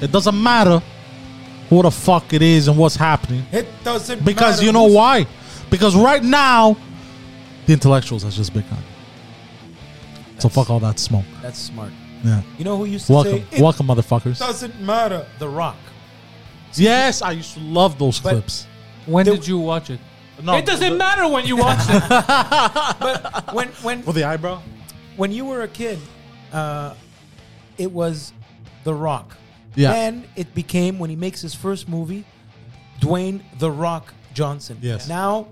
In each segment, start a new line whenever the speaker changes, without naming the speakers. It doesn't matter who the fuck it is and what's happening.
It doesn't
Because
matter
you know
who's-
why? Because right now, the intellectuals has just begun. So fuck all that smoke.
That's smart.
Yeah.
You know who used to
Welcome,
say it
welcome, motherfuckers.
Doesn't matter.
The Rock.
Yes, I used to love those
But-
clips.
When
There-
did you watch it?
No,
it doesn't matter when you watch it.
But when when
With the eyebrow.
when you were a kid, uh, it was The Rock.
Yeah.
Then it became when he makes his first movie, Dwayne The Rock Johnson.
Yes.
Now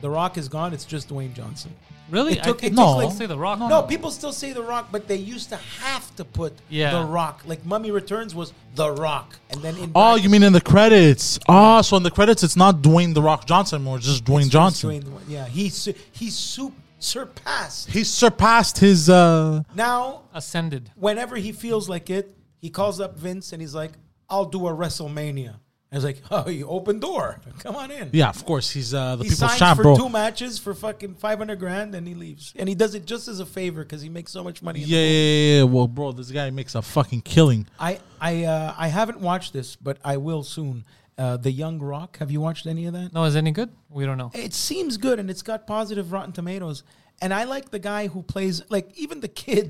The Rock is gone. It's just Dwayne Johnson.
Really?
It took-
I,
it
no.
took like-
say the Rock.
No, people still say The Rock, but they used to have to put
Yeah.
The Rock. Like Mummy Returns was The Rock, and then in
Oh,
brackets,
you mean in the credits? Oh, so in the credits, it's not Dwayne the Rock Johnson anymore. It's just Dwayne
it's
Johnson.
Dwayne the Rock. yeah, he su- he su- surpassed.
He surpassed his. uh
Now
ascended.
whenever he feels like it, he calls up Vince and he's like, "I'll do a WrestleMania." And it's like, "Oh, you open door. Come on in."
Yeah, of course, he's uh the
He
people's
signs
champ,
for
bro.
two matches for fucking five hundred grand, and he leaves. And he does it just as a favor because he makes so much money.
Yeah, yeah, yeah, yeah. Well, bro, this guy makes a fucking killing.
I I uh, I haven't watched this, but I will soon. Uh, the Young Rock. Have you watched any of that?
No, is any good? We don't know.
It seems good, and it's got positive Rotten Tomatoes. And I like the guy who plays like even the kid.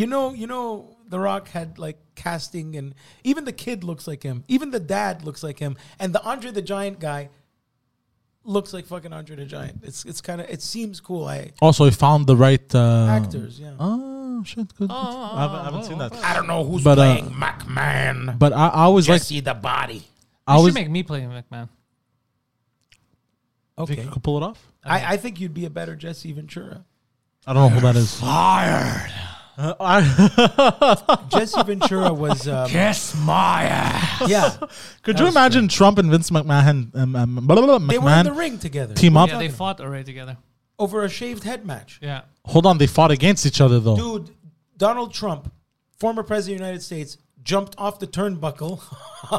You know, you know, The Rock had like casting, and even the kid looks like him. Even the dad looks like him, and the Andre the Giant guy looks like fucking Andre the Giant. It's it's kind of it seems cool. I
Also, he found the right uh,
actors, yeah.
Oh shit,
uh,
good. good. I haven't, I haven't seen
oh,
that.
I don't know who's
But, uh,
playing McMahon.
But I, I always
Just
like.
see the body.
I
you
always
should make me play McMahon.
think
Okay,
you could pull it off.
I, I think you'd be a better Jesse Ventura.
I don't know who that is.
Fired.
Uh, I-
Jesse Ventura was um,
Kiss my ass.
yeah.
could you imagine Trump and Vince McMahon, um, um, blah, blah, blah,
They were in the
McMahon
ring together.
team up?
Yeah, they fought already together.
over a shaved head match.
Yeah.
Hold on, they fought against each other though.
Dude, Donald Trump, former president of the United States, jumped off the turnbuckle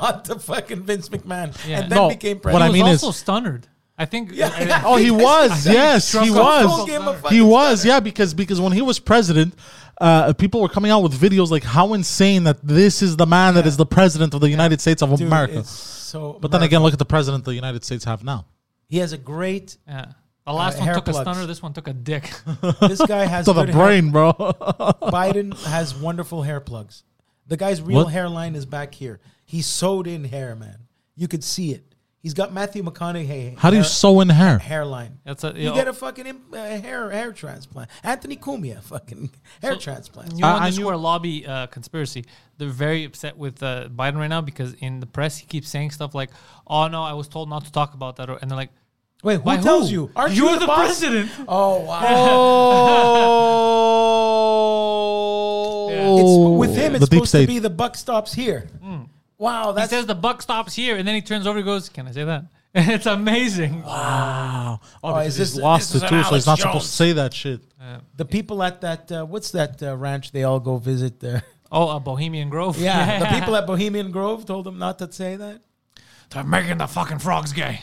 onto fucking Vince McMahon
Yeah.
and then
No,
became
What
He
I
president.
was
mean is-
also stunned. I think.
Yeah,
I-
yeah.
Oh, he was. Yes,
Trump
he
got
was.
full game of
He
fucking
was. Yeah, because because when he was president, uh, people were coming out with videos like how insane that this is the man that is the president of the United States of
Dude,
America.
it's so
But then again, look at the president the United States have now.
he has a great.
yeah. The last
Uh,
one
hair
took a
plugs.
stunner. This one took a dick.
This guy has
To the
good hair.
brain, bro.
Biden has wonderful hair plugs. The guy's real
What?
hairline is back here. He sewed in hair, man. You could see it. He's got Matthew McConaughey.
How do you
hair-
sew in hair?
hairline?
That's a,
You get a fucking imp- uh, hair hair transplant. Anthony Cumia, fucking hair transplant.
New
I-
on
I
the
knew-
Square lobby uh, conspiracy. They're very upset with uh, Biden right now because in the press he keeps saying stuff like, "Oh no, I was told not to talk about that," or, and they're like,
Wait, who
"By
tells
who?
you? Aren't
You're
you
the,
boss?
president."
Oh wow!
Oh,
Oh,
It's, with him, it's
the deep
supposed to
state.
be the buck stops here. Wow,
Hmm. He
that's
says the buck stops here, and then he turns over and goes, "Can I say that?" it's amazing.
Wow.
Ah.
Oh, because
is
he's
this-
lost
this is
it
an
too, so he's
Alex
not supposed
Jones.
to say that shit.
the people at that uh, what's that uh, ranch they all go visit there.
Oh, uh, Bohemian Grove.
Yeah, the people at Bohemian Grove told them not to say that.
They're making the fucking frogs gay.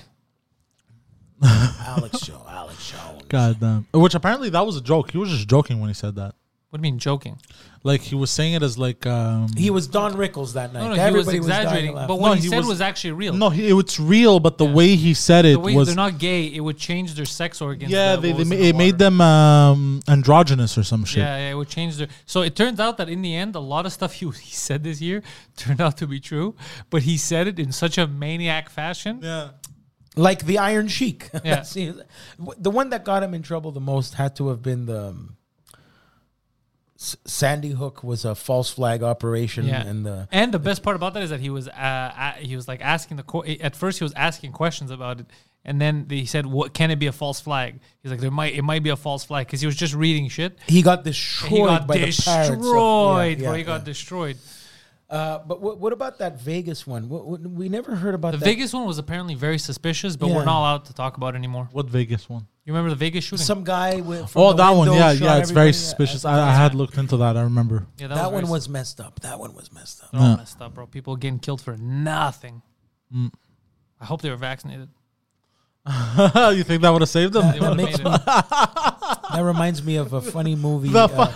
Alex Show, Alex Show.
God damn. Which apparently that was a joke. He was just joking when he said that.
What do you mean joking?
Like he was saying it as like um
He was Don Rickles that night.
No, no,
Everybody
he was exaggerating.
dying
but
laughing.
what
No,
he,
he
said was,
was-
actually real.
No, he, it's real, but the way he said it
the way
was
they're not gay, it would change their sex organs.
yeah.
the-
They,
what
they
was
ma-
in the
it made
water.
them um, androgynous or some shit.
Yeah, yeah, it would change their. So it turns out that in the end, a lot of stuff he, he said this year turned out to be true, but he said it in such a maniac fashion.
like the Iron Sheik.
Yeah.
See, w- the one that got him in trouble the most had to have been the um, S- Sandy Hook was a false flag operation,
Yeah,
and uh, the
and the best part about that is that he was uh, uh, he was like asking the co- at first he was asking questions about it, and then they said, "What can it be a false flag?" He's like, "There might it might be a false flag," because he was just reading shit.
he got
and
destroyed.
He got
by
destroyed,
The pirates of- yeah, yeah,
bro. He
yeah.
got destroyed.
Uh, but what, what about that Vegas one? What, what, we never heard about
The
that.
Vegas one was apparently very suspicious, but we're
Yeah.
not allowed to talk about it anymore.
What Vegas one?
You remember the Vegas shooting?
Some guy with from
Oh,
the
that one.
window
Yeah,
shot
yeah. It's very
everybody.
suspicious.
I-
I, I had looked into that. I remember.
yeah,
that
very
one was messed up. That one was messed up.
They're all messed up, bro. People getting killed for nothing. I hope they were vaccinated.
you think that would have saved
They
them?
would've
makes
made it.
That reminds me of a funny movie,
The
uh,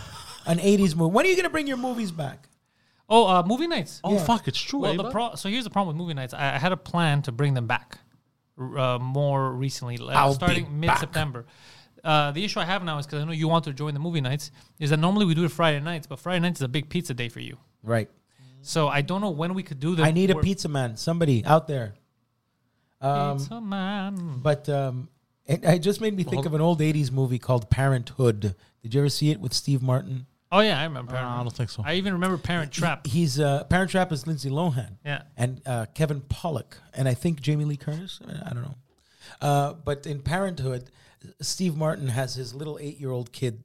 an '80s movie. When are you gonna bring your movies back?
Oh, uh, movie nights.
Oh fuck, it's true.
Well,
eh,
the
bud?
pro- so here's the problem with movie nights. I, I had a plan to bring them back r- uh, more recently, like,
I'll be
starting
back.
mid September. Uh, the issue I have now is because I know you want to join the movie nights, is that normally we do it Friday nights, but Friday nights is a big pizza day for you.
Right.
So I don't know when we could do the.
I need a pizza man, somebody out there. Um,
Pizza man.
but um, it, it just made me think of an old 80s movie called Parenthood. Did you ever see it with Steve Martin?
Oh yeah, I remember.
Uh, I don't think so.
I even remember Parent Trap.
He's uh, Parent Trap is Lindsay Lohan.
Yeah.
And uh, Kevin Pollock. And I think Jamie Lee Curtis. I I don't know. Uh, but in Parenthood, Steve Martin has his little eight year old kid.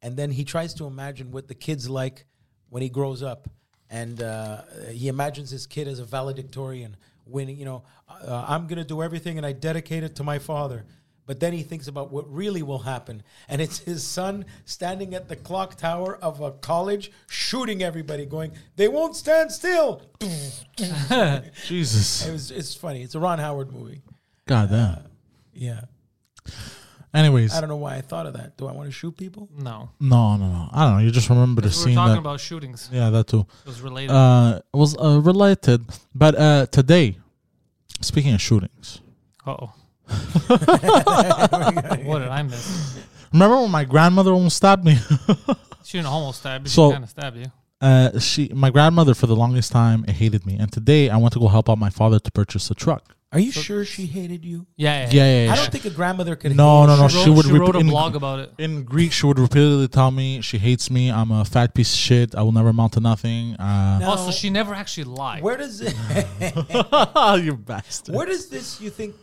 And then he tries to imagine what the kid's like when he grows up. And uh, he imagines his kid as a valedictorian, winning, you know, uh, I'm going to do everything and I dedicate it to my father. But then he thinks about what really will happen. And it's his son standing at the clock tower of a college, shooting everybody, going, They won't stand still. It
Jesus,
was, it's funny. It's a Ron Howard movie.
god damn.
Yeah.
Anyways,
I don't know why I thought of that. Do I want to shoot people?
No,
no, no, no. I don't know. You just remember the
we were
scene
talking
that.
about shootings.
yeah, that too.
It was related.
Uh, was uh, related, but uh, today, speaking of shootings,
oh. what did I miss?
remember when my grandmother almost stabbed me?
She didn't almost stab you.
So-
she kind of stabbed you.
uh, she, my grandmother, for the longest time, hated me, and today I went to go help out my father to purchase a truck.
Are you sure she hated you?
Yeah, yeah.
Yeah, yeah, yeah.
I don't think a grandmother could.
No,
hate
no,
you.
no.
She,
She,
wrote,
would
she
rep-
wrote a
in-
blog about it.
In Greek, she would repeatedly tell me she hates me. I'm a fat piece of shit. I will never amount to nothing. Uh,
Oh, so she never actually lied.
Where does it,
you bastard.
where does this you think?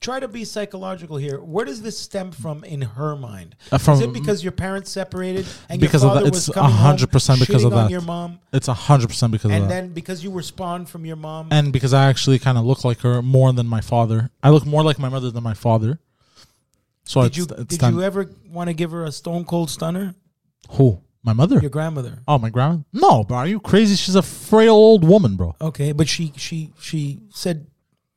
Try to be psychological here. Where does this stem from in her mind?
Uh, from-
Is it because your parents separated and
Because
your
of that.
father
It's
was coming home
100% because of
shitting on
that.
your mom,
It's hundred percent because of
and
that.
then because you were spawned from your mom?
and because I actually kind of look like her more than my father. I look more like my mother than my father. So
did
it's,
you
it's
did
time.
you ever want to give her a stone cold stunner?
Who? My mother?
Your grandmother.
oh, my grandma? No, bro. Are you crazy? She's a frail old woman, bro.
Okay, but she she she said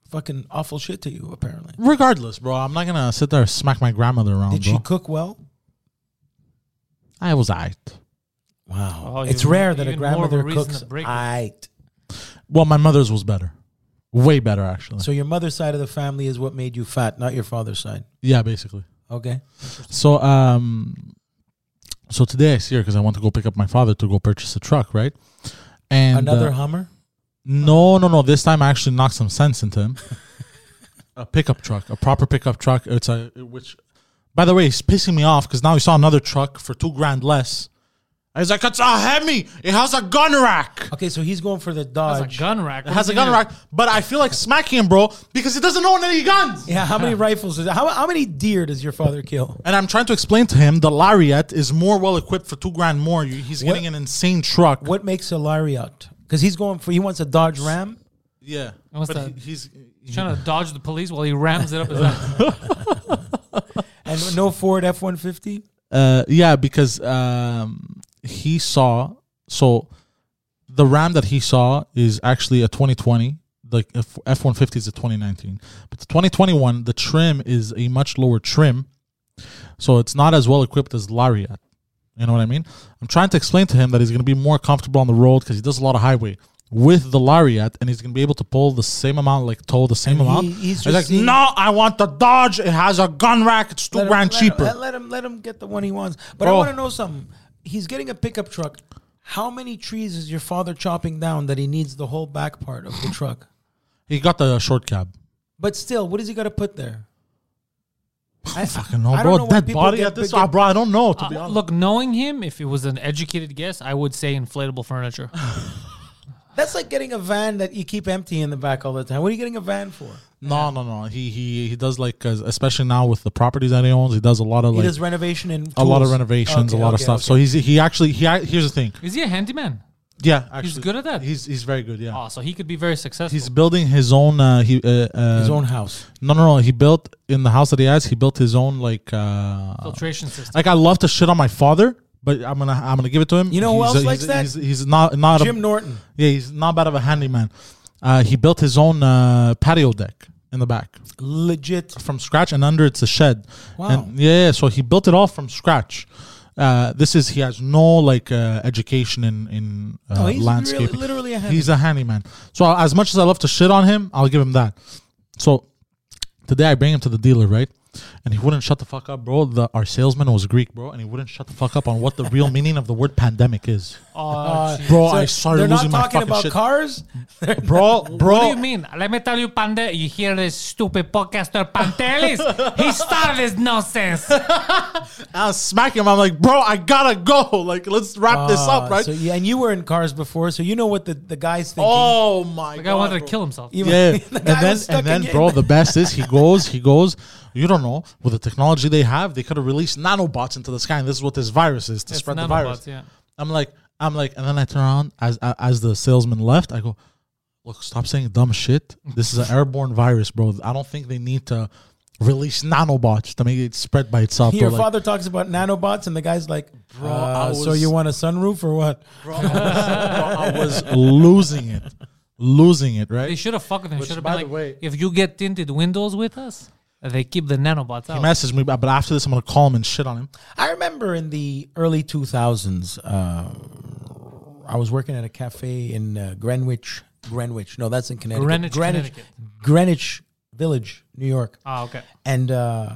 fucking awful shit to you. Apparently,
Regardless, bro, I'm not gonna sit there and smack my grandmother around,
did
bro.
she cook well?
I was aight.
Wow.
Oh,
it's
even-
rare that a
even more of a
grandmother
reason
cooks
to break it.
aight.
Well, my mother's was better, way better actually.
So your mother's side of the family is what made you fat, not your father's side.
yeah, basically.
Okay.
uh, So um, so today I see her because I want to go pick up my father to go purchase a truck, right? And
Another
uh,
Hummer?
No, no, no. This time I actually knocked some sense into him. a pickup truck, a proper pickup truck. It's a which, by the way, it's pissing me off because now he saw another truck for two grand less. He's like, it's a Hemi. It has a gun rack.
Okay, so he's going for the
That's
Dodge.
a gun rack.
It has a gun rack. But I feel like smacking him, bro, because he doesn't own any guns.
Yeah, how many rifles is that? How, how many deer does your father kill?
And I'm trying to explain to him the Lariat is more well equipped for two grand more. You- He's getting an insane truck.
What makes a lariat? Because he's going for, he wants a Dodge Ram?
Yeah,
What's
but
that?
he- he's
Trying to dodge the police while he rams it up his ass.
And no Ford F 150?
Uh, yeah, because um, he saw so the RAM that he saw is actually a 2020. The F one fifty is a 2019, but the 2021 the trim is a much lower trim, so it's not as well equipped as Lariat. You know what I mean? I'm trying to explain to him that he's going to be more comfortable on the road because he does a lot of highway with the Lariat, and he's going to be able to pull the same amount, like tow the same
And he-
amount.
he's
He's,
just
like,
seeing-
no, I want the Dodge. It has a gun rack. It's two
Let him-
grand
let him-
cheaper. Oh.
let, let him, let him get the one he wants. But I
Bro.
want to know something. He's getting a pickup truck. How many trees is your father chopping down that he needs the whole back part of the truck?
he got the short cab.
But still, what does he got to put there?
Oh,
I
fucking know,
I
bro.
don't know why
Dead
people
body
get
at this,
big- Uh,
Ah, bro. I don't know. To be honest,
Look, knowing him, if it was an educated guess, I would say inflatable furniture.
That's like getting a van that you keep empty in the back all the time. What are you getting a van for?
no, no, no. He he he does like, 'cause especially now with the properties that he owns, he does a lot of
He
like
does renovation and
a lot of
tools.
renovations,
Okay,
a lot of
okay,
stuff. So
okay.
he's he actually he act- here's the thing.
Is he a handyman?
Yeah, actually,
good at that.
He's he's very good. Yeah,
Oh, so he could be very successful.
he's building his own. Uh, he uh, uh,
his own house.
No, no, no. He built in the house that he has. He built his own like uh,
filtration system.
like I love to shit on my father. But I'm gonna I'm gonna give it to him.
You know who
He's
else
a-
likes
he's,
that?
He's, he's not not a,
Jim Norton.
yeah he's not bad of a handyman. Uh, he built his own uh, patio deck in the back.
Legit.
from scratch, and under it's a shed.
Wow.
And yeah, yeah, so he built it all from scratch. Uh, this is he has no like uh, education in in uh,
Oh, he's
landscaping.
really- literally a
He's a handyman. So uh, as much as I love to shit on him, I'll give him that. So today I bring him to the dealer, right? And he wouldn't shut the fuck up, bro. The, our salesman was Greek, bro, and he wouldn't shut the fuck up on what the real meaning of the word pandemic is,
Oh, jeez.
bro.
So
I started
they're
losing
not
my
talking
fucking
about
shit,
cars.
bro, bro.
What do you mean? Let me tell you, Pande, you hear this stupid podcaster Pantelis? he started this nonsense.
I was smacking him. I'm like, bro, I gotta go. Like, let's wrap this
Uh,
up, right?
So yeah, and you were in cars before, so you know what the, the guys thinking.
oh my
The guy
god,
wanted to
bro.
kill himself.
Even-
Yeah,
the
and
guy
then
was stuck
and then,
in-
bro, the best is he goes, he goes. You don't know with the technology they have, they could have released nanobots into the sky, and this is what this virus is to
It's
spread the virus.
nanobots, yeah.
I'm like, I'm like, and then I turn around as as the salesman left. I go, look, stop saying dumb shit. This is an airborne virus, bro. I don't think they need to release nanobots to make it spread by itself. bro.
Your
Like,
father talks about nanobots, and the guy's like,
Bro,
uh,
I
so
was-
you want a sunroof or what?
bro, I was, bro, I was losing it, losing it, right?
They should have fucked with him.
Which,
Should have
by
been
the
like,
way-
if you get tinted windows with us, they keep the nanobots
He
out.
messaged me, but but after this, I'm gonna call him and shit on him.
I remember in the early 2000s, uh, I was working at a cafe in uh, Greenwich. Greenwich. No, that's in Connecticut.
Greenwich,
Greenwich,
Connecticut.
Greenwich Village, New York.
Ah, okay.
and uh,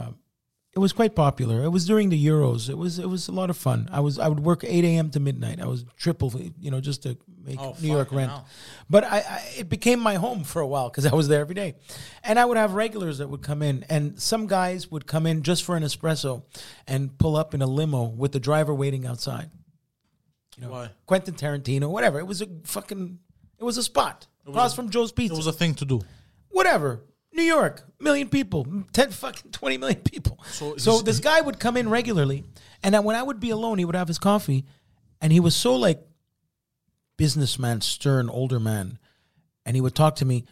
it was quite popular. It was during the Euros. It was it was a lot of fun. I was I would work eight a.m. to midnight. I was triple, you know, just to make New York rent. But I, I it became my home for a while because I was there every day, and I would have regulars that would come in, and some guys would come in just for an espresso, and pull up in a limo with the driver waiting outside. You know, Quentin Tarantino, whatever. It was a fucking. It was a spot across from Joe's Pizza
It was a thing to do.
whatever. New York, million people, 10 fucking 20 million people. So, this guy would come in regularly, and then when I would be alone, he would have his coffee, and he was so like businessman, stern, older man, and he would talk to me,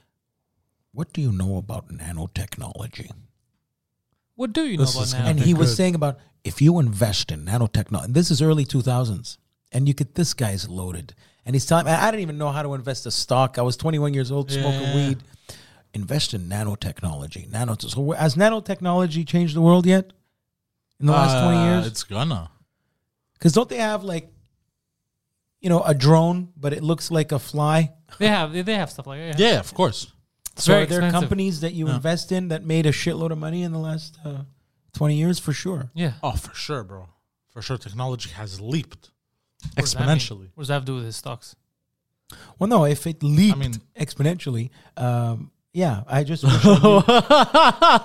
What do you know about nanotechnology?
What do you know
This
about
is
nanobots?
and he was
good.
saying about if you invest in nanotechnology, and this is early 2000s, and you could, this guy's loaded. And he's telling me, I didn't even know how to invest a stock. I was 21 years old, smoking weed. Invest in nanotechnology. Nano. So has nanotechnology changed the world yet? In the last 20
Uh,
years?
It's gonna.
Because don't they have like, you know, a drone, but it looks like a fly?
They have they have stuff like that. Yeah.
Yeah, of course.
It's
So
very
are there
expensive.
companies that you invest in that made a shitload of money in the last uh, 20 years? For sure.
Yeah.
Oh, for sure, bro. For sure, technology has leaped
What does that mean?
exponentially.
What does that have to do with his stocks?
Well, no, if it leaped
mean-
exponentially, um, yeah, I just wish I knew some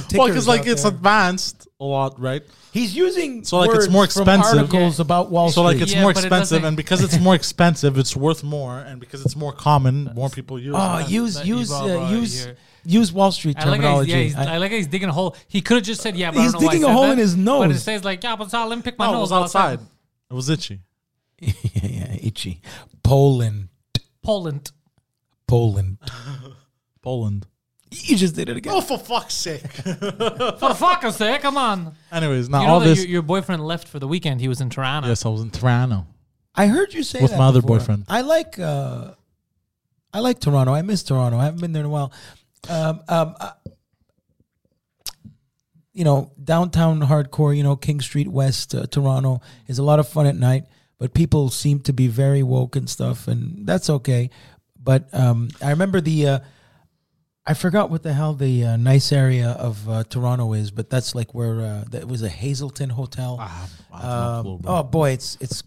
tickers.
Well, because like
out
it's
there.
advanced a lot, right?
he's using
So, like, it's
words
more
from
expensive.
articles about Wall
So like
Street.
it's
Yeah,
more
but it
expensive,
doesn't-
and because it's more expensive, it's worth more, and because it's more common, more people use. it.
oh, use
that
use
Ibaba
uh, use
here.
use Wall Street
I like, how he's,
terminology.
yeah, he's,
I-
I, like how he's digging a hole. He could have just said, "Yeah, but
He's
I don't know why I
digging a
said
hole
that.
in his
But it
nose. Oh,
says like, "Yeah, but so let me pick my
no, it
nose
was outside. It was itchy.
yeah, yeah, itchy. Poland,
Poland.
Poland.
Poland.
You just did it again.
Oh, for fuck's sake!
For fuck's sake, come on!
Anyways, now
You
all
know that
this.
your, your boyfriend left for the weekend. He was in Toronto.
yes, I was in Toronto.
I heard you say
With
that
my other
before.
boyfriend.
I like uh, I like Toronto. I miss Toronto. I haven't been there in a while. Um, um, uh, you know, downtown hardcore. You know, King Street West, uh, Toronto is a lot of fun at night. But people seem to be very woke and stuff, and that's okay. But um, I remember the. Uh, I forgot what the hell the uh, nice area of uh, Toronto is, but that's like where uh, that was a Hazelton hotel.
Ah, I have no clue,
Um,
bro.
oh boy, it's it's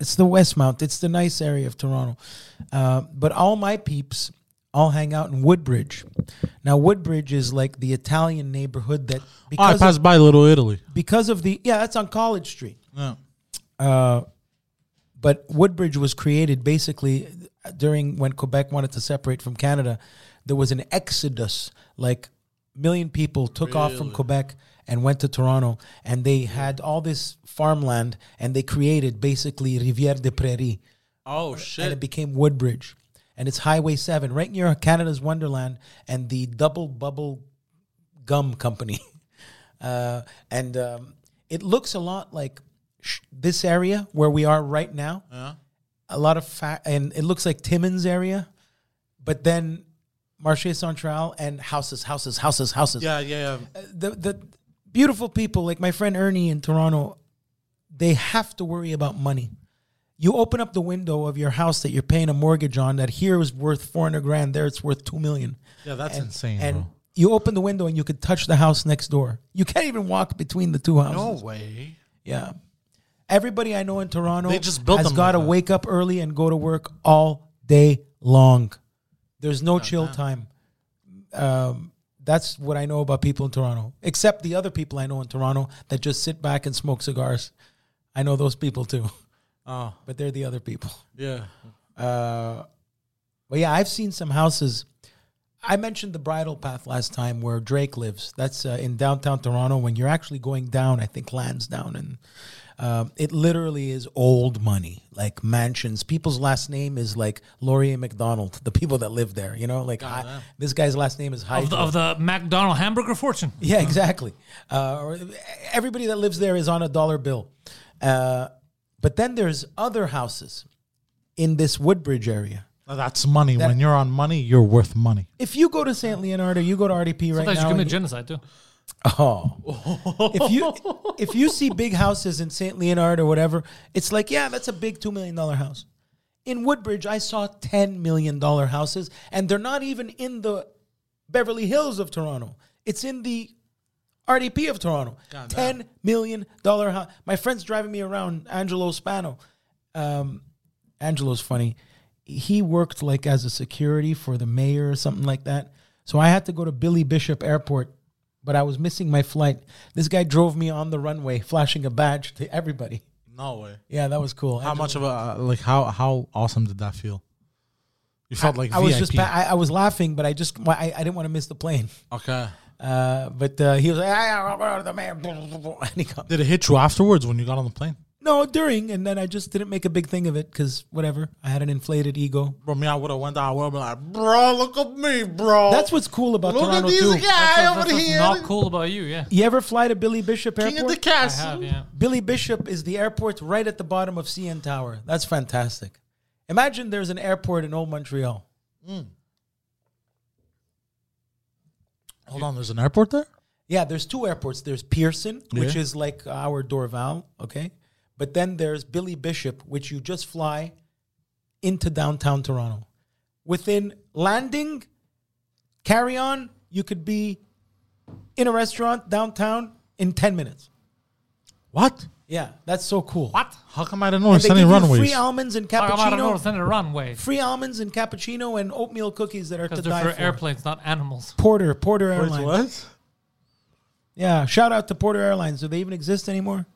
it's the Westmount. It's the nice area of Toronto. Uh, but all my peeps all hang out in Woodbridge. Now Woodbridge is like the Italian neighborhood that
Oh, I
because
passed
of,
by Little Italy.
because of the yeah, that's on College Street.
Yeah.
Uh, but Woodbridge was created basically during when Quebec wanted to separate from Canada. There was an exodus, like million people took off from Quebec and went to Toronto, and they had all this farmland, and they created basically Rivière des Prairies,
Oh
and it
shit!
became Woodbridge, and it's Highway Seven, right near Canada's Wonderland, and the Double Bubble Gum Company, uh, and um, it looks a lot like sh- this area where we are right now
Yeah.
a lot of fat, and it looks like Timmins area, but then Marché Central and houses, houses, houses, houses.
Yeah, yeah, yeah.
The the beautiful people like my friend Ernie in Toronto they have to worry about money. You open up the window of your house that you're paying a mortgage on that here is worth 400 grand, there it's worth 2 million.
Yeah, that's
And-
insane,
And
bro.
you open the window and you could touch the house next door. You can't even walk between the two houses.
No way.
Yeah. Everybody I know in Toronto
They just built
has
them
got to
like that.
wake up early and go to work all day long. There's no chill time. Um, that's what I know about people in Toronto, except the other people I know in Toronto that just sit back and smoke cigars. I know those people too,
Oh,
but they're the other people.
yeah.
Uh, but yeah, I've seen some houses. I mentioned the bridle path last time where Drake lives. That's uh, in downtown Toronto. When you're actually going down, I think Lansdowne, and um, it literally is old money, like mansions. People's last name is like Laurier McDonald. The people that live there, you know, like I, this guy's last name is Hyde.
of the, of the McDonald hamburger fortune.
Yeah, exactly. Uh, or everybody that lives there is on a dollar bill. Uh, but then there's other houses in this Woodbridge area.
Now That's money. when you're on money, you're worth money.
If you go to St. Leonardo, you go to RDP right
Sometimes you
now.
commit
and you-
genocide too.
oh, if you if you see big houses in St. Leonardo or whatever, it's like yeah, that's a big two million dollar house. In Woodbridge, I saw ten million dollar houses, and they're not even in the Beverly Hills of Toronto. It's in the RDP of Toronto. Ten million dollar house. My friend's driving me around. Angelo Spano. Um, Angelo's funny. He worked like as a security for the mayor or something like that. So I had to go to Billy Bishop Airport, but I was missing my flight. This guy drove me on the runway, flashing a badge to everybody.
No way.
Yeah, that was cool.
How much of a uh, like how how awesome did that feel? You felt like
I was just
VIP.
pa- I, I was laughing, but I just I, I didn't want to miss the plane.
okay.
Uh, but uh, he was like, ah, ah, ah, the mayor, and he got-
Did it hit you afterwards when you got on the plane?
no during, and then I just didn't make a big thing of it because whatever. I had an inflated ego.
Bro, me, I would have went down. I would have been like, bro, look at me, bro.
That's what's cool about
look
Toronto
at these
too.
guy
That's
over
what's
here.
not cool about you, yeah.
You ever fly to Billy Bishop Airport?
King of the
I
castle.
have, yeah.
Billy Bishop is the airport right at the bottom of CN Tower. That's fantastic. Imagine there's an airport in Old Montreal.
Hold on, there's an airport there.
Yeah, there's two airports. There's Pearson, which
Yeah.
is like our Dorval, okay? But then there's Billy Bishop, which you just fly into downtown Toronto. Within landing, carry on, you could be in a restaurant downtown in 10 minutes.
What?
Yeah, that's so cool.
What?
How come I didn't know? It's
They
any
give you
runways.
free almonds and
Talk about a
cappuccino.
north and a runway.
free almonds and cappuccino and oatmeal cookies that are to
Because
die
they're
for.
for airplanes, not animals.
Porter, Porter
Wait,
Airlines.
what?
Yeah, shout out to Porter Airlines. Do they even exist anymore?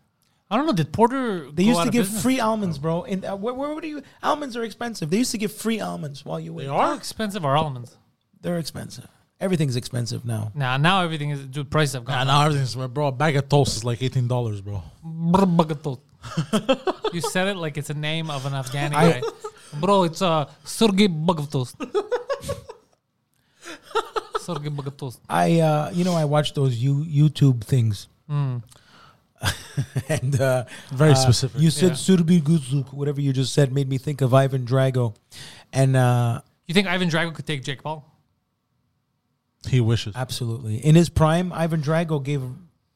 I don't know. Did Porter?
They
go
used
out
to
of
give
business? Oh.
free almonds, bro. And uh, where, where would you? Almonds are expensive. They used to give free almonds while you wait. They
How expensive are almonds?
They're expensive. Everything's expensive now.
Nah, now everything is. Dude, prices have
Nah,
gone.
now everything's bro. A bag of toast is like eighteen dollars, bro.
Brrbagatut. you said it like it's a name of an Afghani guy. Bro, it's uh, Sergey Bagatost. Sergey Bagatost.
I, uh, you know, I watch those you, YouTube things.
Hmm.
and uh,
Very
uh,
specific.
You said
Yeah.
Surbi Guzuk, whatever you just said, made me think of Ivan Drago, and uh,
You think Ivan Drago could take Jake Paul?
He wishes.
absolutely in his prime, Ivan Drago gave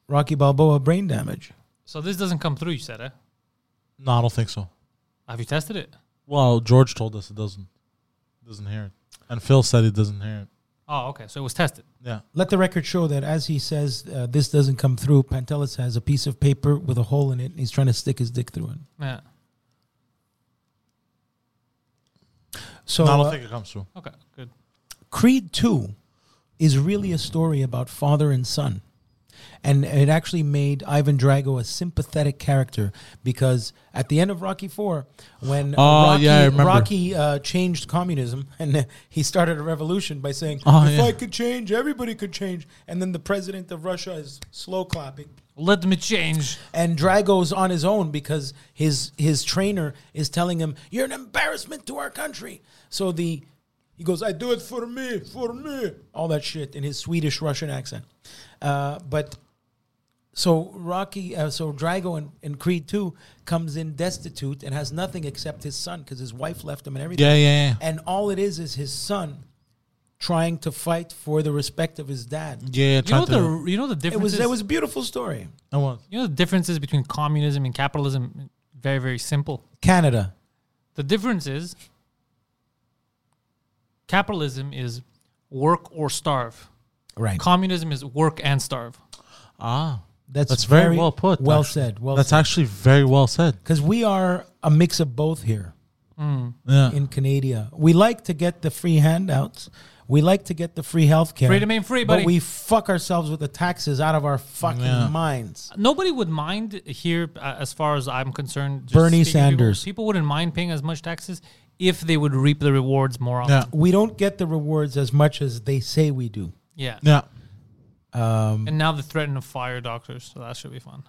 Rocky Balboa brain damage.
So this doesn't come through, you said, eh?
No, I don't think so.
Have you tested it?
Well, George told us it doesn't. Doesn't hear it, and Phil said it doesn't hear it.
Oh, okay. So it was tested.
Yeah.
Let the record show that as he says, uh, this doesn't come through. Pantelis has a piece of paper with a hole in it, and he's trying to stick his dick through it.
Yeah.
So,
no, I don't
uh,
think it comes through.
Okay. Good.
Creed 2 is really a story about father and son. And it actually made Ivan Drago a sympathetic character because at the end of Rocky Four, when
Oh,
Rocky,
yeah, I remember.
Rocky uh, changed communism and he started a revolution by saying,
Oh,
"If
yeah.
I could change, everybody could change." And then the president of Russia is slow clapping.
Let me change.
and Drago's on his own because his his trainer is telling him, "You're an embarrassment to our country." So the he goes, "I do it for me, for me," all that shit in his Swedish Russian accent. Uh, but so Rocky, uh, so Drago in, in Creed Two comes in destitute and has nothing except his son because his wife left him and everything
Yeah, yeah, yeah.
and all it is is his son trying to fight for the respect of his dad.
Yeah,
You know
trying to.
the you know the
It
differences.
was it was a beautiful story.
I want-
you know the differences between communism and capitalism. Very very simple.
Canada.
The difference is capitalism is work or starve.
Right.
Communism is work and starve.
Ah,
That's,
that's very, well put.
Well
actually.
said. Well
that's
said.
actually very well said.
Because we are a mix of both here
Yeah.
in Canada. We like to get the free handouts. We like to get the free healthcare.
Free to main free, buddy.
But we fuck ourselves with the taxes out of our fucking
Yeah.
minds.
Nobody would mind here, uh, as far as I'm concerned. just
Bernie
speaking to people-
Sanders.
People, wouldn't mind paying as much taxes if they would reap the rewards more
yeah.
often.
We don't get the rewards as much as they say we do.
Yeah.
Yeah.
And now the threat of fire doctors, so that should be fun.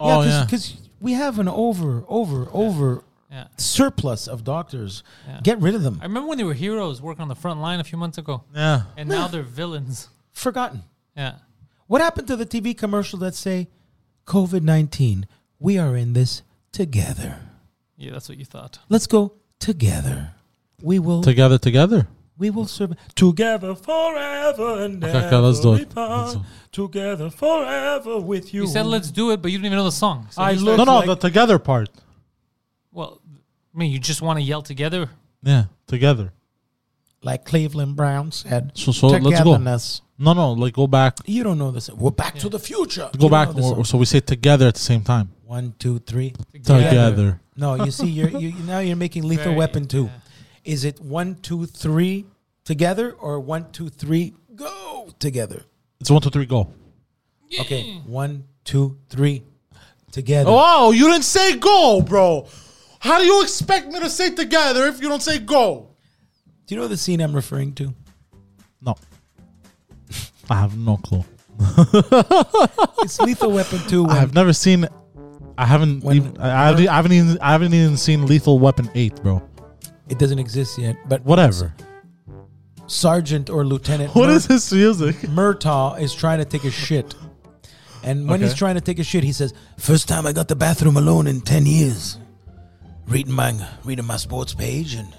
Oh,
yeah,
yeah.
because we have an over, over, over
Yeah.
surplus of doctors.
Yeah.
Get rid of them.
I remember when they were heroes working on the front line a few months ago,
Yeah.
and now they're villains.
Forgotten.
Yeah.
What happened to the TV commercial that say, COVID 19, we are in this together?
Yeah, that's what you thought.
Let's go together. We will
Together, together.
we will survive together forever and
Okay, okay,
ever
let's do it.
apart.
Let's do it.
Together forever with you.
You said let's do it, but you didn't even know the song. So
I
you
look-
No, no,
like-
the together part.
well, I mean, you just want to yell together.
Yeah, together.
like Cleveland Brown said.
So, so let's go.
togetherness.
No, no, like go back.
You don't know this. We're back to the future.
Go
You
back.
know this
Or,
song.
so we say together at the same time.
One, two, three.
Together.
No, you see, you're you now you're making Lethal
Very-
Weapon two.
yeah.
Is it one, two, three together or one, two, three go together?
It's one, two, three, go.
Okay, one, two, three together.
Oh, you didn't say go, bro. How do you expect me to say together if you don't say go?
Do you know the scene I'm referring to?
No. I have no clue.
It's Lethal Weapon two. When
I've never seen. I haven't.
When-
even, I, haven't- I haven't even. I haven't even seen Lethal Weapon Eight, bro.
It doesn't exist yet, but
Whatever.
Sergeant or Lieutenant
What
Mur-
is this music?
Murtaugh is trying to take a shit. And when he's
Okay.
trying to take a shit, he says, First time I got the bathroom alone in 10 years. Reading my, reading my sports page, and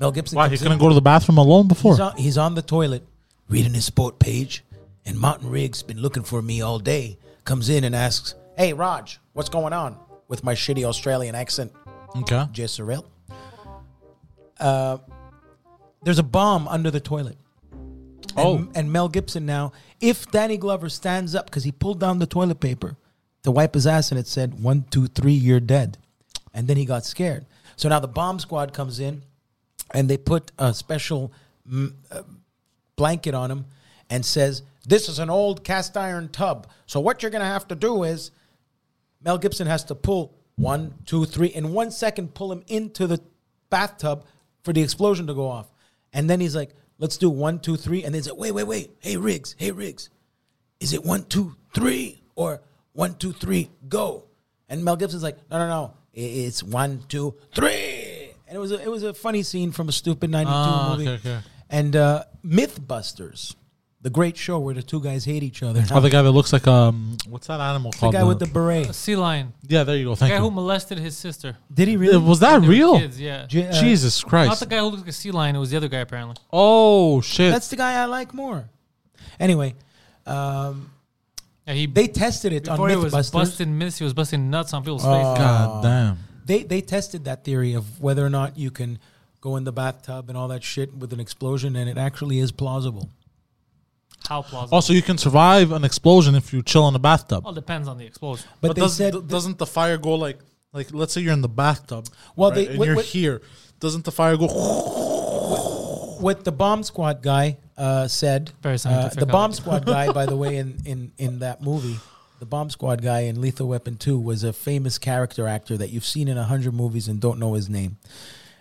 Mel Gibson.
Why he
comes
couldn't
in.
go to the bathroom alone
He's
before?
on, he's on the toilet reading his sport page, and Martin Riggs been looking for me all day. Comes in and asks, "Hey, Raj, what's going on?" With my shitty Australian accent,
Okay.
Jay Sorrell. Uh, there's a bomb under the toilet.
Oh,
And, and Mel Gibson now, if Danny Glover stands up because he pulled down the toilet paper to wipe his ass and it said, one, two, three, you're dead. And then he got scared. So now the bomb squad comes in and they put a special mm, uh, blanket on him and says, this is an old cast iron tub. So what you're going to have to do is Mel Gibson has to pull one, two, three, in one second, pull him into the bathtub for the explosion to go off. And then he's like, let's do one, two, three. And they say, wait, wait, wait. Hey, Riggs, hey, Riggs. Is it one, two, three? Or one, two, three, go. And Mel Gibson's like, no, no, no. I- It's one, two, three. And it was a, it was a funny scene from a stupid 92
Ah,
movie.
okay, okay.
And uh, Mythbusters, the great show where the two guys hate each other.
oh, the guy that looks like um, what's that animal
the
called?
guy with the beret.
A sea lion.
yeah, there you go.
The
Thank
guy who
you.
molested his sister.
Did he
Uh,
really?
Was that
They were
real?
Kids, yeah.
J- uh,
Jesus
Not
Christ!
the guy who looked like a sea lion. It was the other guy, apparently.
oh shit!
That's the guy I like more. Anyway, um,
Yeah, he
they tested it
before he
on
was
MythBusters. Uh,
busting myths, he was busting nuts on people's faces.
God damn.
They they tested that theory of whether or not you can go in the bathtub and all that shit with an explosion, and it actually is plausible.
How plausible?
Also, you can survive an explosion if you chill in the bathtub.
All depends on the explosion.
But, they
doesn't,
said
th- doesn't the fire go like like let's say you're in the bathtub?
Well,
right,
they-
and
what-
you're
what-
here. Doesn't the fire go?
what the bomb squad guy uh, said.
Very
uh,
scientific,
the
I
bomb
like it.
squad guy, by the way, in, in in that movie, the bomb squad guy in Lethal Weapon Two was a famous character actor that you've seen in a hundred movies and don't know his name.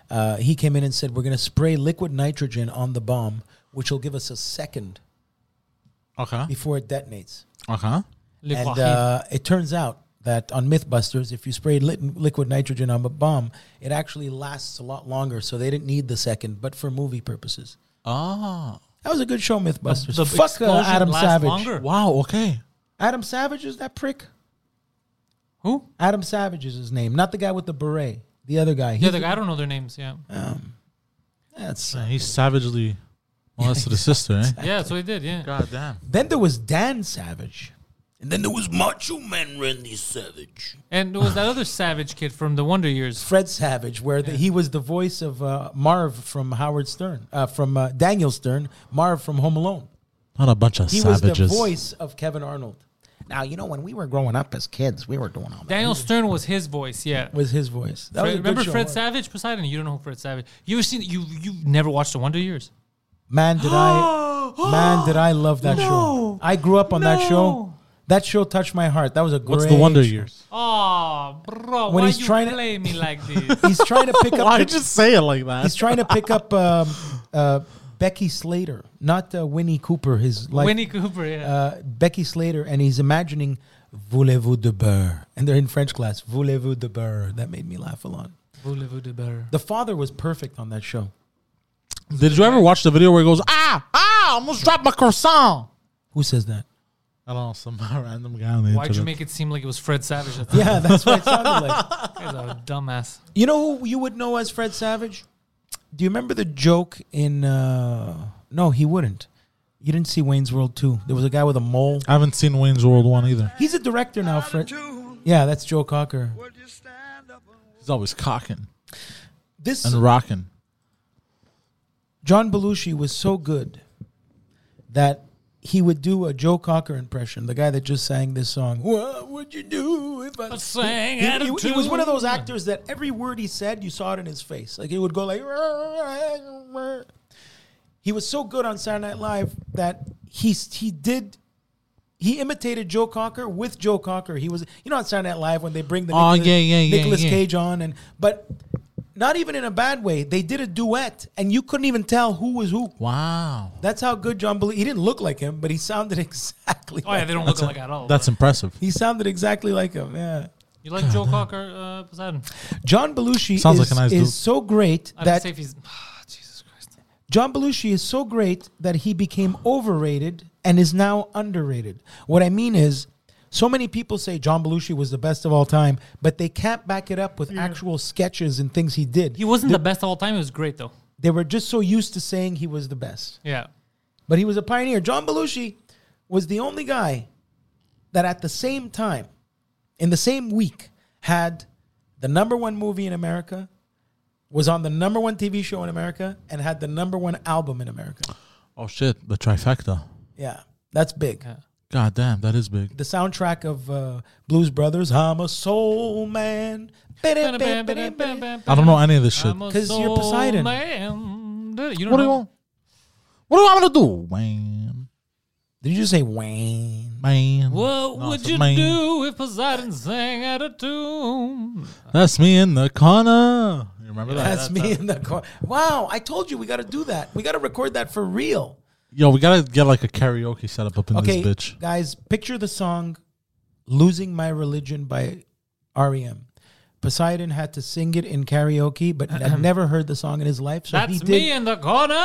Uh, he came in and said, "We're going to spray liquid nitrogen on the bomb, which will give us a second
Okay. uh-huh.
before it detonates."
Okay.
Le
and
Joaquin.
uh, it turns out that on MythBusters, if you spray lit- liquid nitrogen on a bomb, it actually lasts a lot longer. So they didn't need the second, but for movie purposes.
Ah.
That was a good show, MythBusters.
The
Fuck uh,
explosion
Adam
lasts
Savage.
longer.
Wow. Okay.
Adam Savage is that prick?
Who?
Adam Savage is his name, not the guy with the beret. The other guy. Ah.
Yeah, the guy. I don't know their names. Yeah.
That's
He's savagely Molested his sister, eh?
Yeah, that's what he did. Yeah.
God damn.
Then there was Dan Savage.
And then there was Macho Man Randy Savage.
And there was that other savage kid from the Wonder Years.
Fred Savage, where the, he was the voice of uh, Marv from Howard Stern, uh, from uh, Daniel Stern, Marv from Home Alone.
Not a bunch of
He
savages.
was the voice of Kevin Arnold. Now you know when we were growing up as kids, we were doing all that.
Daniel Stern was his voice. Yeah.
was his voice. That
Fred-
was a good
remember
show.
Fred Savage, Poseidon? You don't know who Fred Savage? You ever seen? You you never watched the Wonder Years?
Man, did I? man, did I love that show?
No.
I grew up on that show.
No.
That show touched my heart. That was a great.
What's the Wonder
show.
Years?
Oh, bro,
When
why
he's
you
trying to-
play me like this?
He's trying to pick up.
Why
the-
just say it like that?
He's trying to pick up um, uh, Becky Slater, not uh, Winnie Cooper. His like
Winnie Cooper. Yeah.
uh, Becky Slater, and he's imagining voulez-vous de beurre, and they're in French class. Voulez-vous de beurre? That made me laugh a lot.
Voulez-vous de beurre?
The father was perfect on that show.
Did you ever watch the video where he goes, ah, ah, I almost dropped my croissant?
Who says that?
I don't know, some random guy on the
Why'd you
internet.
make it seem like it was Fred Savage? That
Yeah, that's what it sounded like.
guy's a dumbass.
You know who you would know as Fred Savage? Do you remember the joke in? Uh, no, he wouldn't. You didn't see Wayne's World 2. There was a guy with a mole.
I haven't seen Wayne's World 1 either.
He's a director now, Fred. Yeah, that's Joe Cocker.
He's always cocking
This
and rocking.
John Belushi was so good that he would do a Joe Cocker impression. The guy that just sang this song. What would you do if I
I sang
He,
out of
he- he was one of those
tune.
actors that every word he said, you saw it in his face. Like he would go like. He was so good on Saturday Night Live that he he did. He imitated Joe Cocker with Joe Cocker. He was, you know, on Saturday Night Live when they bring the
Oh, yeah, yeah, yeah,
Nicolas
yeah.
Cage on, and but not even in a bad way. They did a duet, and you couldn't even tell who was who.
Wow.
That's how good John Belushi. He didn't look like him, but he sounded exactly.
Oh
like
yeah, they don't look alike at all.
That's impressive.
He sounded exactly like him. Yeah.
you like Joe Cocker, uh, Poseidon?
John Belushi
Sounds
is,
like a nice
is
dude.
so great
I would
that
say if he's Jesus Christ.
John Belushi is so great that he became overrated and is now underrated. What I mean is, so many people say John Belushi was the best of all time, but they can't back it up with actual sketches and things he did.
He wasn't the, best of all time. He was great though.
they were just so used to saying he was the best,
Yeah.
but he was a pioneer. John Belushi was the only guy that at the same time, in the same week, had the number one movie in America, was on the number one TV show in America, and had the number one album in America.
Oh, shit. The trifecta.
Yeah, that's big.
God damn, that is big.
The soundtrack of uh, Blues Brothers, I'm a soul man. Because
I don't know any of this shit. What
you're Poseidon.
Man. You don't
do you
know.
want? What do I want to do? Man.
Did you just say Wayne?
Man.
What
No,
would
it's a
you
man.
do if Poseidon sang out of tune?
That's me in the corner. You remember that?
That's me in the corner. Wow, I told you we got to do that. We got to record that for real.
Yo, we gotta get like a karaoke setup up in
Okay,
this bitch.
guys, picture the song Losing My Religion by REM. Poseidon had to sing it in karaoke, but had never heard the song in his life. So he
That's
did,
me in the corner.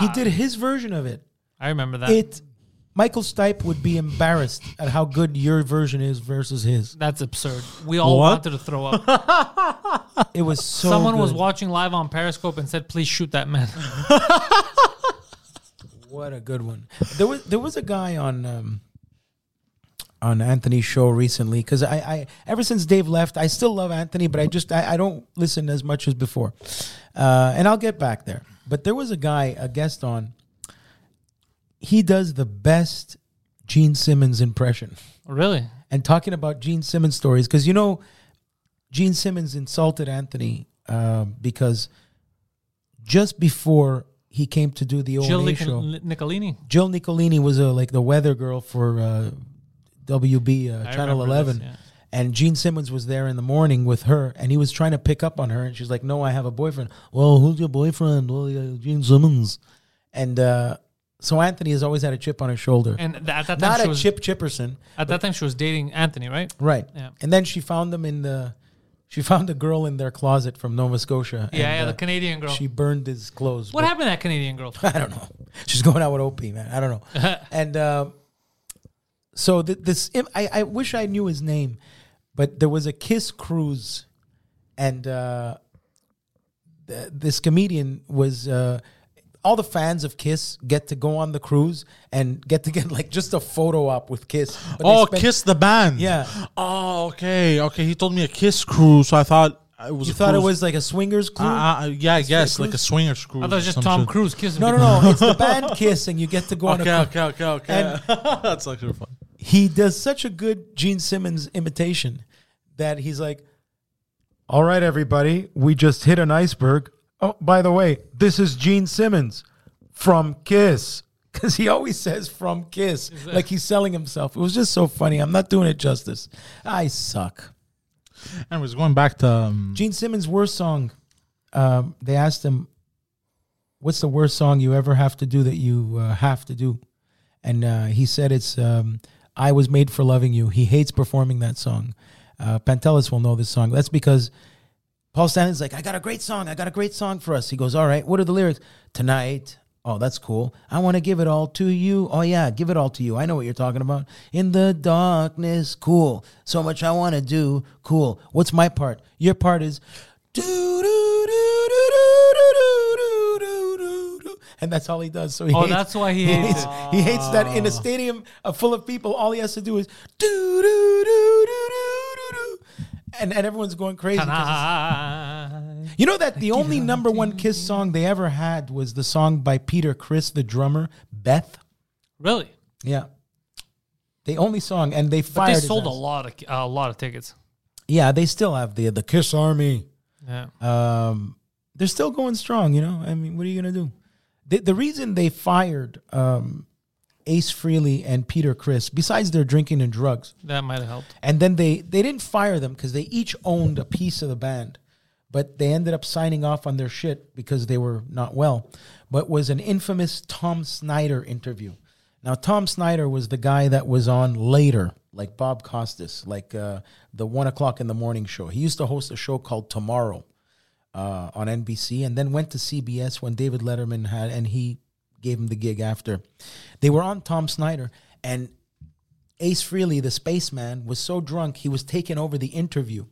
he did his version of it.
I remember that.
it Michael Stipe would be embarrassed at how good your version is versus his.
That's absurd. We all
What?
wanted to throw up.
It was so
Someone was
good.
watching live on Periscope and said, "Please shoot that man."
what a good one. There was there was a guy on um, on Anthony's show recently because I, I ever since Dave left I still love Anthony but I just I, I don't listen as much as before, uh, and I'll get back there. But there was a guy a guest on. He does the best Gene Simmons impression.
really?
and talking about Gene Simmons stories because you know Gene Simmons insulted Anthony um, because just before he came to do the
Jill
ONA
Nic-
show,
Nicolini.
Jill Nicolini was uh like the weather girl for uh, WB uh, Channel
remember
Eleven.
this, yeah.
And Gene Simmons was there in the morning with her, and he was trying to pick up on her, and she's like, "No, I have a boyfriend." Well, who's your boyfriend? Well, yeah, Gene Simmons. And uh, so Anthony has always had a chip on his shoulder,
And th- at that time,
not
she
a
was
chip chipperson,
at that time she was dating Anthony, right?
Right.
Yeah.
And then she found them in the, she found a girl in their closet from Nova Scotia.
Yeah, yeah,
and,
the
uh,
Canadian girl.
She burned his clothes.
what
but
happened to that Canadian girl?
I don't know. She's going out with Opie, man. I don't know. and uh, so th- this, I, I wish I knew his name, but there was a Kiss cruise, and uh, th- this comedian was. Uh, all the fans of Kiss get to go on the cruise and get to get like just a photo op with Kiss. But they
Oh,
spend-
Kiss the band.
Yeah.
Oh, okay, okay. He told me a Kiss cruise, so I thought it was.
You
a
thought it
cruise.
was like a swingers
Uh,
cruise?
uh, uh, yeah, I guess
cruise?
like a swingers cruise.
I thought it was
or
just
some
Tom
shit.
Cruise kissing.
no, no,
people.
no. It's the band Kiss, and you get to go on a
Okay,
cruise.
okay, okay, okay. That's actually fun.
he does such a good Gene Simmons imitation that he's like, "All right, everybody, we just hit an iceberg. Oh, by the way, this is Gene Simmons from Kiss." Because he always says from Kiss, like he's selling himself. It was just so funny. I'm not doing it justice. I suck.
Anyways, going back to um,
Gene Simmons' worst song. Um, they asked him, "What's the worst song you ever have to do that you uh, have to do?" And uh, he said, "It's um, I was made for loving you." He hates performing that song. Uh, Pantelis will know this song. That's because Paul Stanley's like, "I got a great song. I got a great song for us." He goes, "All right, what are the lyrics tonight?" Oh, that's cool. I want to give it all to you. Oh, yeah, give it all to you. I know what you're talking about. In the darkness, cool. So much I want to do, cool. What's my part? Your part is do, do, do, do, do, do, do, do, do. And that's all he does. So he
Oh,
hates,
that's why he hates it.
He hates that
Oh.
in a stadium uh, full of people. All he has to do is do, do, do, do, do, do, do. And, and everyone's going crazy. 'cause it's-
Tonight.
you know that the only number one Kiss song they ever had was the song by Peter Chris, the drummer, Beth.
Really?
Yeah. The only song, and they
But
fired.
they
his
sold a
ass.
lot of a lot of tickets.
Yeah, they still have the the Kiss Army.
Yeah.
Um, they're still going strong. You know, I mean, what are you gonna do? The, the reason they fired um, Ace Freely and Peter Chris, besides their drinking and drugs,
That might have helped.
And then they they didn't fire them because they each owned a piece of the band, but they ended up signing off on their shit because they were not well. But was an infamous Tom Snyder interview. Now Tom Snyder was the guy that was on later, like Bob Costas, like uh, the one o'clock in the morning show. He used to host a show called Tomorrow uh, on NBC, and then went to CBS when David Letterman had, and he gave him the gig after. They were on Tom Snyder, and Ace Frehley, the spaceman, was so drunk he was taking over the interview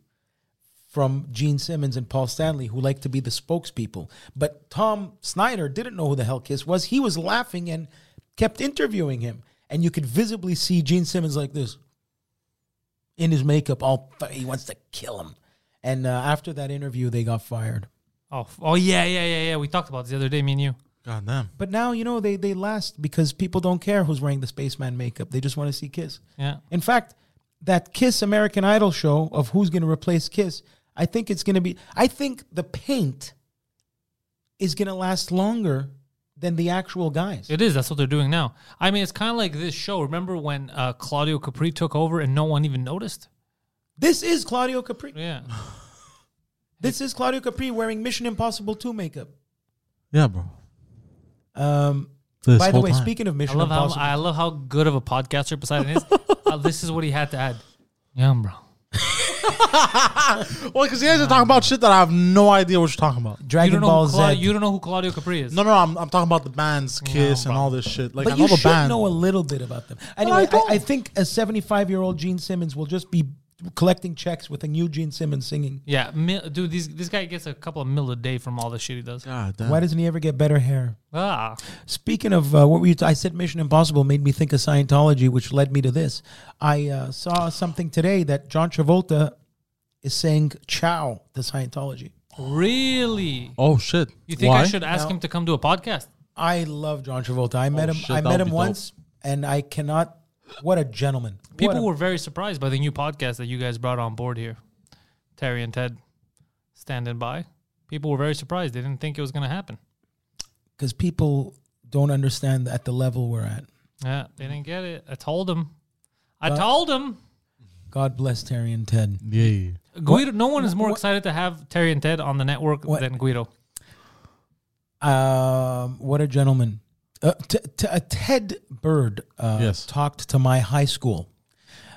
from Gene Simmons and Paul Stanley, who like to be the spokespeople. But Tom Snyder didn't know who the hell Kiss was. He was laughing and kept interviewing him, and you could visibly see Gene Simmons like this in his makeup. All he wants to kill him. And uh, after that interview, they got fired.
Oh, f- oh yeah, yeah, yeah, yeah. We talked about this the other day, me and you.
God damn.
But now you know they they last because people don't care who's wearing the spaceman makeup. They just want to see Kiss.
Yeah.
In fact, that Kiss American Idol show of who's going to replace Kiss, I think it's going to be. I think the paint is going to last longer than the actual guys.
It is. That's what they're doing now. I mean, it's kind of like this show. Remember when uh, Claudio Capri took over and no one even noticed?
this is Claudio Capri.
Yeah.
This is Claudio Capri wearing Mission Impossible 2 makeup.
Yeah, bro.
Um,
This
by the
whole
way,
time.
speaking of
I
Mission
love how
Impossible,
I love how good of a podcaster Poseidon is. Uh, this is what he had to add. Yeah, bro.
Well, because you guys are talking about shit that I have no idea what you're talking about.
You
Dragon
don't, know
Ball
who Cla-
Z.
you don't know who Claudio Capri is.
No, no, I'm, I'm talking about the bands, Kiss, and
bro.
all this shit. Like,
but
I
you
know the
should
band.
know a little bit about them. Anyway, I,
don't.
I think a 75 year old Gene Simmons will just be collecting checks with a new Gene Simmons singing.
Yeah, mil- dude, these, this guy gets a couple of mil a day from all the shit he does.
God damn.
Why doesn't he ever get better hair?
Ah,
Speaking of uh, what were you? T- I said Mission Impossible made me think of Scientology, which led me to this. I uh, saw something today that John Travolta is saying "Ciao" to Scientology.
really?
oh, shit.
You think
Why?
I should ask him to come do a podcast?
I love John Travolta. I met
Oh,
him.
shit,
I
that
met
would
him
be dope.
once, and I cannot. What a gentleman! What
People
a-
were very surprised by the new podcast that you guys brought on board here. Terry and Ted standing by. People were very surprised. They didn't think it was going to happen.
because people don't understand at the level we're at.
Yeah, they didn't get it. I told them. I told them.
God bless Terry and Ted.
Yeah, yeah, yeah.
Guido, no one is more
what-
excited to have Terry and Ted on the network
What-
than Guido.
Um, what a gentleman. Uh, t- t- uh, Ted Bird uh,
Yes.
talked to my high school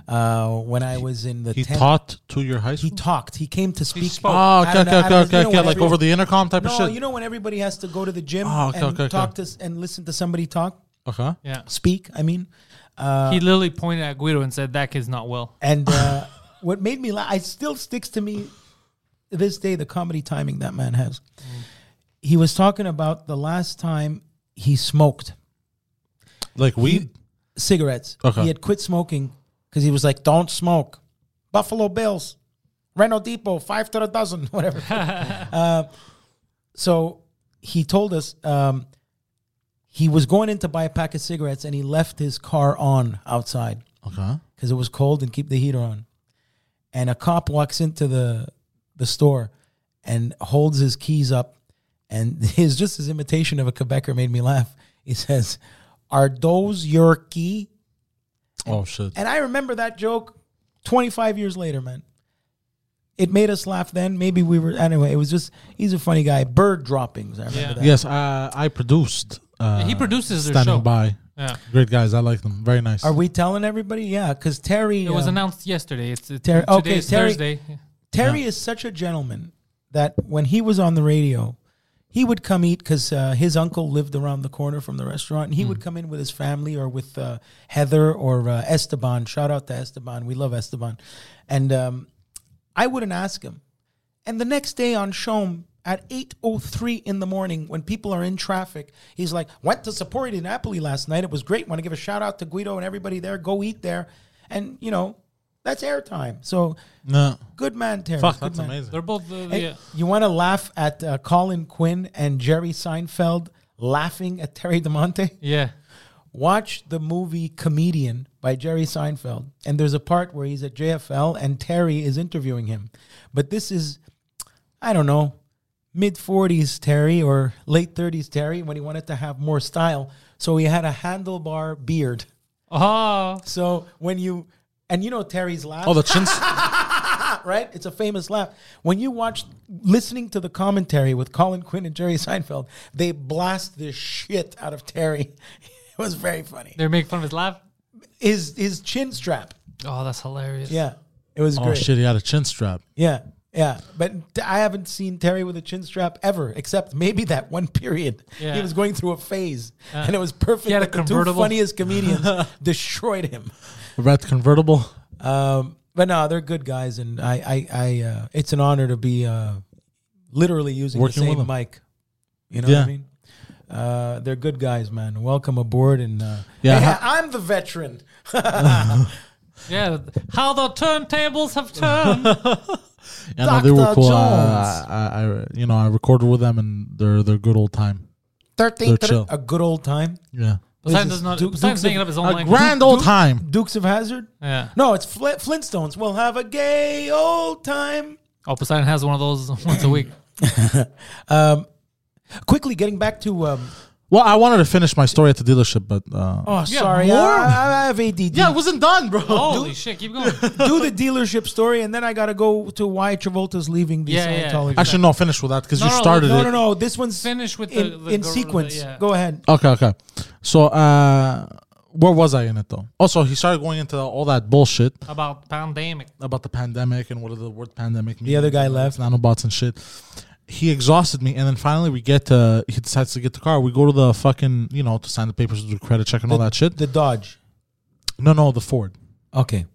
uh, when I was in the
He
10th
taught to your high
He
school?
talked. He came to speak.
spoke.
oh,
I
okay,
don't know-
okay,
I
okay,
don't- you
okay,
know
okay.
when
Like, over the intercom type of
No,
shit?
you know when everybody has to go to the gym
Oh, okay,
and
okay, okay.
talk to s- and listen to somebody talk,
okay.
Yeah.
speak. I mean, uh,
he literally pointed at Guido and said, That kid's not well.
and uh, what made
Mm.
me laugh, it still sticks to me to this day. The comedy timing that man has. he was talking about the last time he smoked
Like weed.
He- cigarettes.
Okay.
He had quit smoking because he was like, "Don't smoke." Buffalo Bills, Reno Depot, five to a dozen, whatever. uh, so he told us um, he was going in to buy a pack of cigarettes, and he left his car on outside
Okay.
because it was cold and keep the heater on. And a cop walks into the the store and holds his keys up, and his just his imitation of a Quebecer made me laugh. He says, "Are those your key?"
Oh shit.
And I remember that joke 25 years later, man. It made us laugh then. Maybe we were anyway. It was just he's a funny guy. Bird droppings. I remember
Yeah.
that.
Yes, uh, I produced. Uh,
he produces their
Standing
show.
by.
Yeah.
Great guys. I like them. Very nice.
Are we telling everybody? Yeah, because Terry.
It was
um,
announced yesterday. It's, it's
Terry-
today
okay,
is
Terry-
Thursday.
Terry is such a gentleman that when he was on the radio, he would come eat because uh, his uncle lived around the corner from the restaurant, and he would come in with his family or with uh, Heather or uh, Esteban. Shout out to Esteban. We love Esteban. And um, I wouldn't ask him. And the next day on Shom at 8.03 in the morning when people are in traffic, he's like, went to Sapporo di Napoli last night. It was great. Want to give a shout out to Guido and everybody there. Go eat there. And, you know, that's airtime. So
No.
Good man, Terry.
Fuck,
Good
that's
man.
amazing.
They're both. Uh,
Hey,
yeah.
You want to laugh at uh, Colin Quinn and Jerry Seinfeld laughing at Terry DeMonte?
Yeah.
Watch the movie Comedian by Jerry Seinfeld. And there's a part where he's at JFL and Terry is interviewing him. But this is, I don't know, mid 40s Terry or late 30s Terry when he wanted to have more style. So he had a handlebar beard.
Oh.
So when you, and you know Terry's laugh
Oh, the chins.
right? It's a famous laugh. When you watch, listening to the commentary with Colin Quinn and Jerry Seinfeld, they blast the shit out of Terry. It was very funny.
They're making fun of his laugh.
His his chin strap.
Oh, that's hilarious.
Yeah, it was
oh
great.
shit. He had a chin strap.
Yeah, yeah. But t- I haven't seen Terry with a chin strap ever, except maybe that one period.
Yeah.
He was going through a phase, and it was perfect.
He had a
that the two
convertible.
funniest comedians destroyed him.
Red convertible.
Um, but no, they're good guys, and I, I, I uh, it's an honor to be uh, literally using
Working
the
with
same
them.
mic. You know what
Yeah.
I mean? Uh, they're good guys, man. Welcome aboard, and uh,
Yeah,
hey,
ha-
I'm the veteran.
Yeah. How the turntables have turned.
Yeah, no, they were
Dr.
cool. Uh, I,
Jones.
I, I- you know, I recorded with them, and they're they're good old time.
Thirteen,
They're chill.
a good old time.
Yeah,
Poseidon
This is
does not.
Duke-
Poseidon's
Dukes
making
of-
up his
a
own language.
grand old time.
Dukes of Hazard.
Yeah.
No, it's Fli- Flintstones. We'll have a gay old time.
Oh, Poseidon has one of those once a week.
Quickly getting back to um.
Well, I wanted to finish my story at the dealership, but uh,
Oh, sorry,
more?
I, I have ADD.
yeah, it wasn't done, bro.
Holy shit! Keep going.
do the dealership story, and then I gotta go to why Travolta's leaving the
Yeah, yeah.
Scientology.
Actually, no, finish with that because
No,
you
no,
started
No,
it.
no, no. This one's
Finish with
in,
the- the
in
gorilla,
sequence.
yeah.
Go ahead.
Okay, okay. So, uh, where was I in it though? Also, he started going into all that bullshit
About pandemic.
about the pandemic and what the word pandemic means.
The other guy left.
nanobots and shit. He exhausted me, and then finally we get to. He decides to get the car. We go to the fucking, you know, to sign the papers, do credit check, and all that shit.
The Dodge.
no, no, the Ford,
Okay.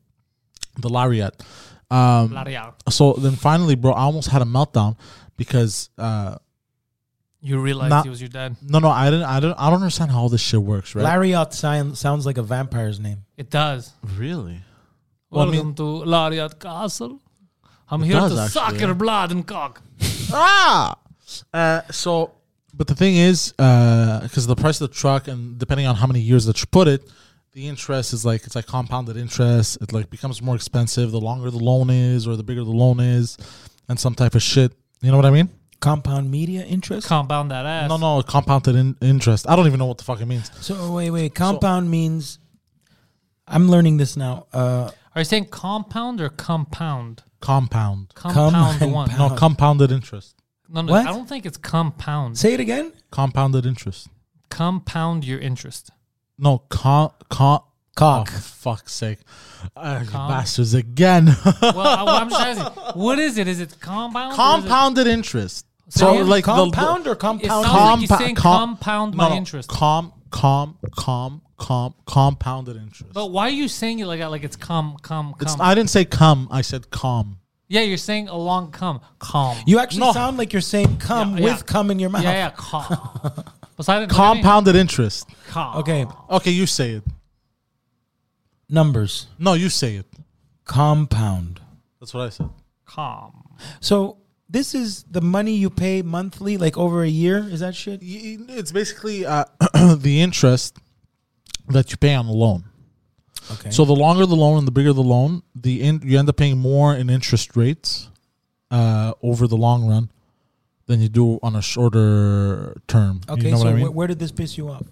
the Lariat. Um,
L'Oreal.
so then finally, bro, I almost had a meltdown because uh,
You realized
Not-
he was your dad.
no, no, I didn't, I didn't, I don't understand how all this shit works, right?
Lariat sound, sounds like a vampire's name.
It does.
really? Well, I
Welcome
mean-
to Lariat Castle. I'm here
does
to suck
actually,
your
yeah.
blood and cock.
ah. Uh, so, but the thing is, because the price of the truck and depending on how many years that you put it, the interest is like it's like compounded interest. It like becomes more expensive the longer the loan is or the bigger the loan is, and some type of shit. You know what I mean?
Compound media interest.
Compound that ass.
No, no, compounded in- interest. I don't even know what the fuck it means.
so wait, wait. Compound means. I'm learning this now. Uh,
Are you saying compound or compound?
Compound.
Compound one.
No, compounded interest.
No, no,
What?
I don't think it's compound.
say it again.
Compounded interest.
compound your interest.
No, con con.
Cock.
Oh, for fuck's sake. Uh, you bastards again.
Well, I, am just asking, what is it? Is it compound? or is it-
compound interest. So
Say it.
like
compound
the
or
It
compound?
sounds
Compa-
like you're saying
com-
compound
no,
my
no,
interest.
Com com com com compounded interest.
but why are you saying it like that? Like it's com com com?
It's- I didn't say come. I said com.
Yeah, you're saying a long come. Calm.
You actually
No.
sound like you're saying "come"
Yeah,
with
yeah.
"come" in your mouth.
yeah, yeah, calm. Poseidon, what do you mean?
Compounded interest.
Calm.
Okay,
Okay, you say it.
numbers
No, you say it.
compound.
That's what I said.
Calm.
So this is the money you pay monthly, like over a year. Is that shit?
Y- y- It's basically uh, the interest that you pay on the loan.
Okay.
So the longer the loan and the bigger the loan, the in, you end up paying more in interest rates uh, over the long run than you do on a shorter term.
okay.
you know
so
what I mean?
wh- where did this piss you off?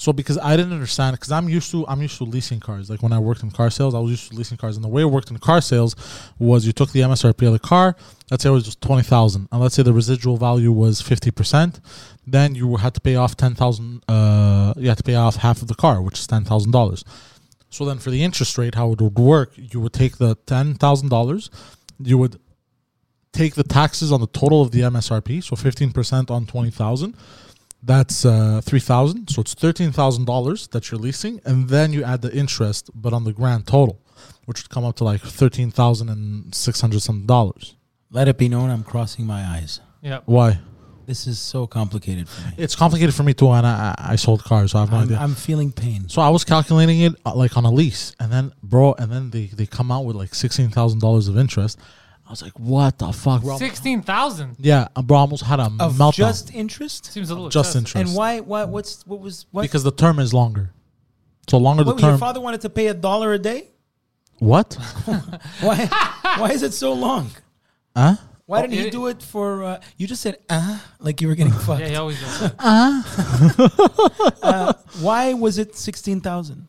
So because I didn't understand, because I'm used to I'm used to leasing cars. Like when I worked in car sales, I was used to leasing cars, and the way it worked in car sales was you took the MSRP of the car. Let's say it was just twenty thousand, and let's say the residual value was fifty percent, then you had to pay off ten thousand. Uh, you had to pay off half of the car, which is ten thousand dollars. So then for the interest rate, how it would work, you would take the ten thousand dollars, you would take the taxes on the total of the MSRP, so fifteen percent on twenty thousand that's uh, three thousand, so it's thirteen thousand dollars that you're leasing, and then you add the interest, but on the grand total, which would come up to like thirteen thousand and six hundred some dollars.
Let it be known, I'm crossing my eyes.
Yeah.
Why?
This is so complicated for me.
It's complicated for me too, and I, I I sold cars, so I have no
I'm,
idea.
I'm feeling pain.
so I was calculating it uh, like on a lease, and then bro, and then they they come out with like sixteen thousand dollars of interest. I was like, what the fuck? Bro?
Sixteen thousand
Yeah, uh, bro, I almost had a
Of
meltdown.
just interest,
seems a little.
Just
excessive.
interest,
and why? Why? What's what was what?
because the term is longer. So longer the
what, your
term.
father wanted to pay a dollar a day.
what?
Why? why is it so long?
Huh?
Why didn't he
Oh, it-
do it for? Uh, you just said ah, like you were getting fucked. Uh,
Yeah, he always does.
Why was it sixteen thousand?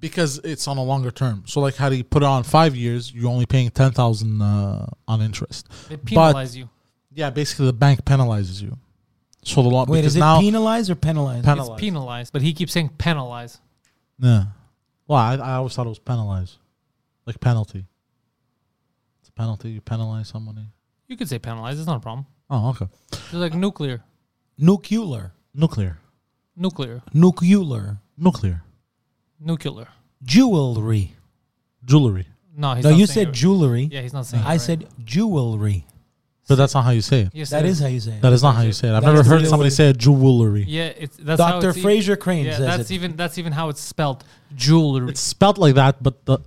because it's on a longer term. So like, how do you put it on five years? You're only paying ten thousand uh, on interest.
They penalize you.
Yeah, basically the bank penalizes you. So the law.
Wait,
because
is it
now,
penalize or penalize?
Penalize.
It's penalized, but he keeps saying penalize.
Yeah. Well, I, I always thought it was penalized, like penalty. It's a penalty. You penalize somebody.
You could say penalize. It's not a problem.
Oh, okay.
It's like nuclear,
nuclear,
Nuclear.
nuclear,
nuclear,
Nuclear.
nuclear.
jewelry.
Jewelry.
No, he's
no,
not
you
saying
said
it.
jewelry.
Yeah, he's not saying. it
I
right.
said jewelry.
But that's not how you say it.
Yes,
That
it
is how you say it.
That is not how you say it. I've
That
never
is the
heard
real
somebody
way.
say jewelry.
Yeah, it's that's how
Dr.
it's e-
Fraser Crane
Yeah,
says
that's
it.
even that's even how it's spelled. Jewelry.
It's
It's,
spelled like that, but the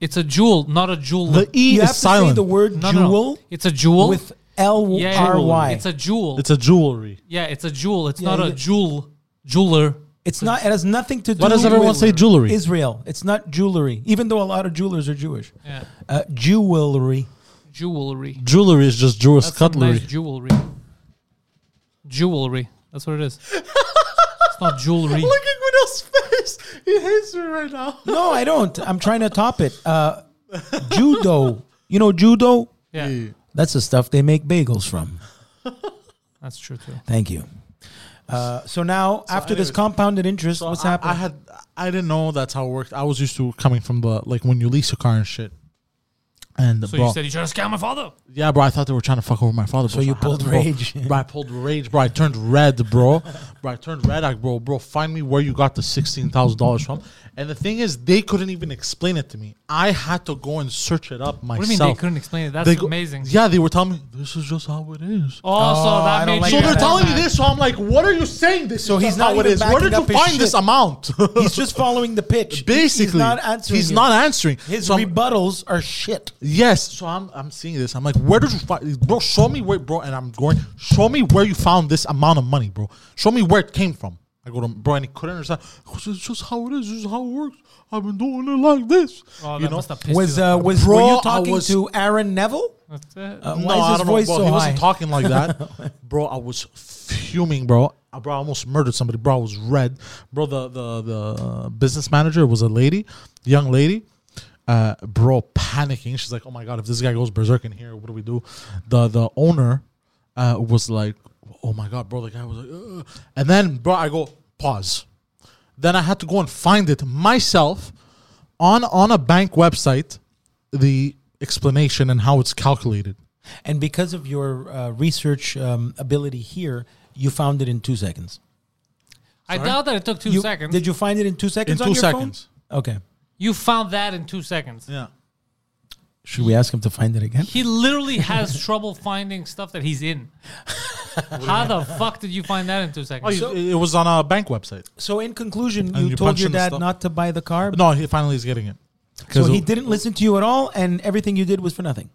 a jewel, not a jewel.
the e is
you have to say
silent.
the word
no, no, no.
jewel
It's a jewel
with L
yeah, yeah,
R Y.
It's a jewel.
it's a jewelry.
yeah, it's a jewel. It's
Yeah,
not
yeah.
a jewel jeweler.
It's not. It has nothing to do.
Why does everyone
with
say jewelry?
Israel. It's not jewelry, even though a lot of jewelers are Jewish.
Yeah,
Uh, jewelry.
jewelry.
Jewelry is just Jewish
That's some
cutlery.
nice jewelry. Jewelry. That's what it is. it's not jewelry.
Guido's face. He hates me right now.
No, I don't. I'm trying to top it. Uh, judo. You know judo.
Yeah,
That's the stuff they make bagels from.
that's true too.
Thank you. Uh, so now, after this
anyways,
compounded interest, what's
I,
happening?
I had I didn't know that's how it worked. I was used to coming from the like when you lease a car and shit. And
So
bro,
you said you tried to scam my father.
yeah, bro, I thought they were trying to fuck over my father. So
you pulled rage.
bro. I pulled rage, bro. I turned red, bro. bro, I turned red. I bro, bro, find me where you got the sixteen thousand dollars from. And the thing is, they couldn't even explain it to me. I had to go and search it up myself.
What do you mean they couldn't explain it? That's
They go-
amazing.
Yeah, they were telling me this is just how it is.
Oh, so that
I don't
made
like
So
you
they're
Yeah,
mad.
that's
telling me this, so I'm like, what are you saying? This
So
is
he's
not
not
how it
even
is. Where did
backing
you
up his
find
shit.
this amount?
he's just following the pitch.
Basically,
he's not answering.
He's
you.
not answering.
His
So I'm-
rebuttals are shit.
yes, so I'm I'm seeing this. I'm like, where did you find, bro? Show me where, bro. And I'm going. Show me where you found this amount of money, bro. Show me where it came from. I go to bro, and he couldn't understand. It's just how it is. This is how it works. I've been doing it like this.
Oh,
you
that
know.
must have pissed
Was
you.
uh, was
Bro,
were you
I
talking
was-
to Aaron Neville?
That's it.
Uh,
No,
why is
I
his
don't
voice
know. Bro,
so
he
high?
wasn't talking like that, bro. I was fuming, bro. Uh, Bro, I almost murdered somebody. Bro, I was red. Bro, the the the business manager was a lady, young lady. Uh, bro, panicking. She's like, "Oh my god, if this guy goes berserk in here, what do we do?" The the owner uh, was like, "Oh my god, bro." The guy was like, Ugh. and then bro, I go pause. Then I had to go and find it myself on on a bank website. The explanation and how it's calculated.
And because of your uh, research um, ability here, you found it in two seconds.
I doubt that it took two
You-
seconds.
Did you find it in two seconds?
in two
on your phone?
seconds.
Okay.
You found that in two seconds.
Yeah.
Should we ask him to find it again?
He literally has trouble finding stuff that he's in. How the fuck did you find that in two
Oh,
seconds?
you- it was on a bank website.
So in conclusion,
And
you,
you
told
punch
your
in the
dad
stuff.
not to buy the car.
No, he finally is getting it.
so
'Cause
he
it-
didn't listen to you at all, and everything you did was for nothing.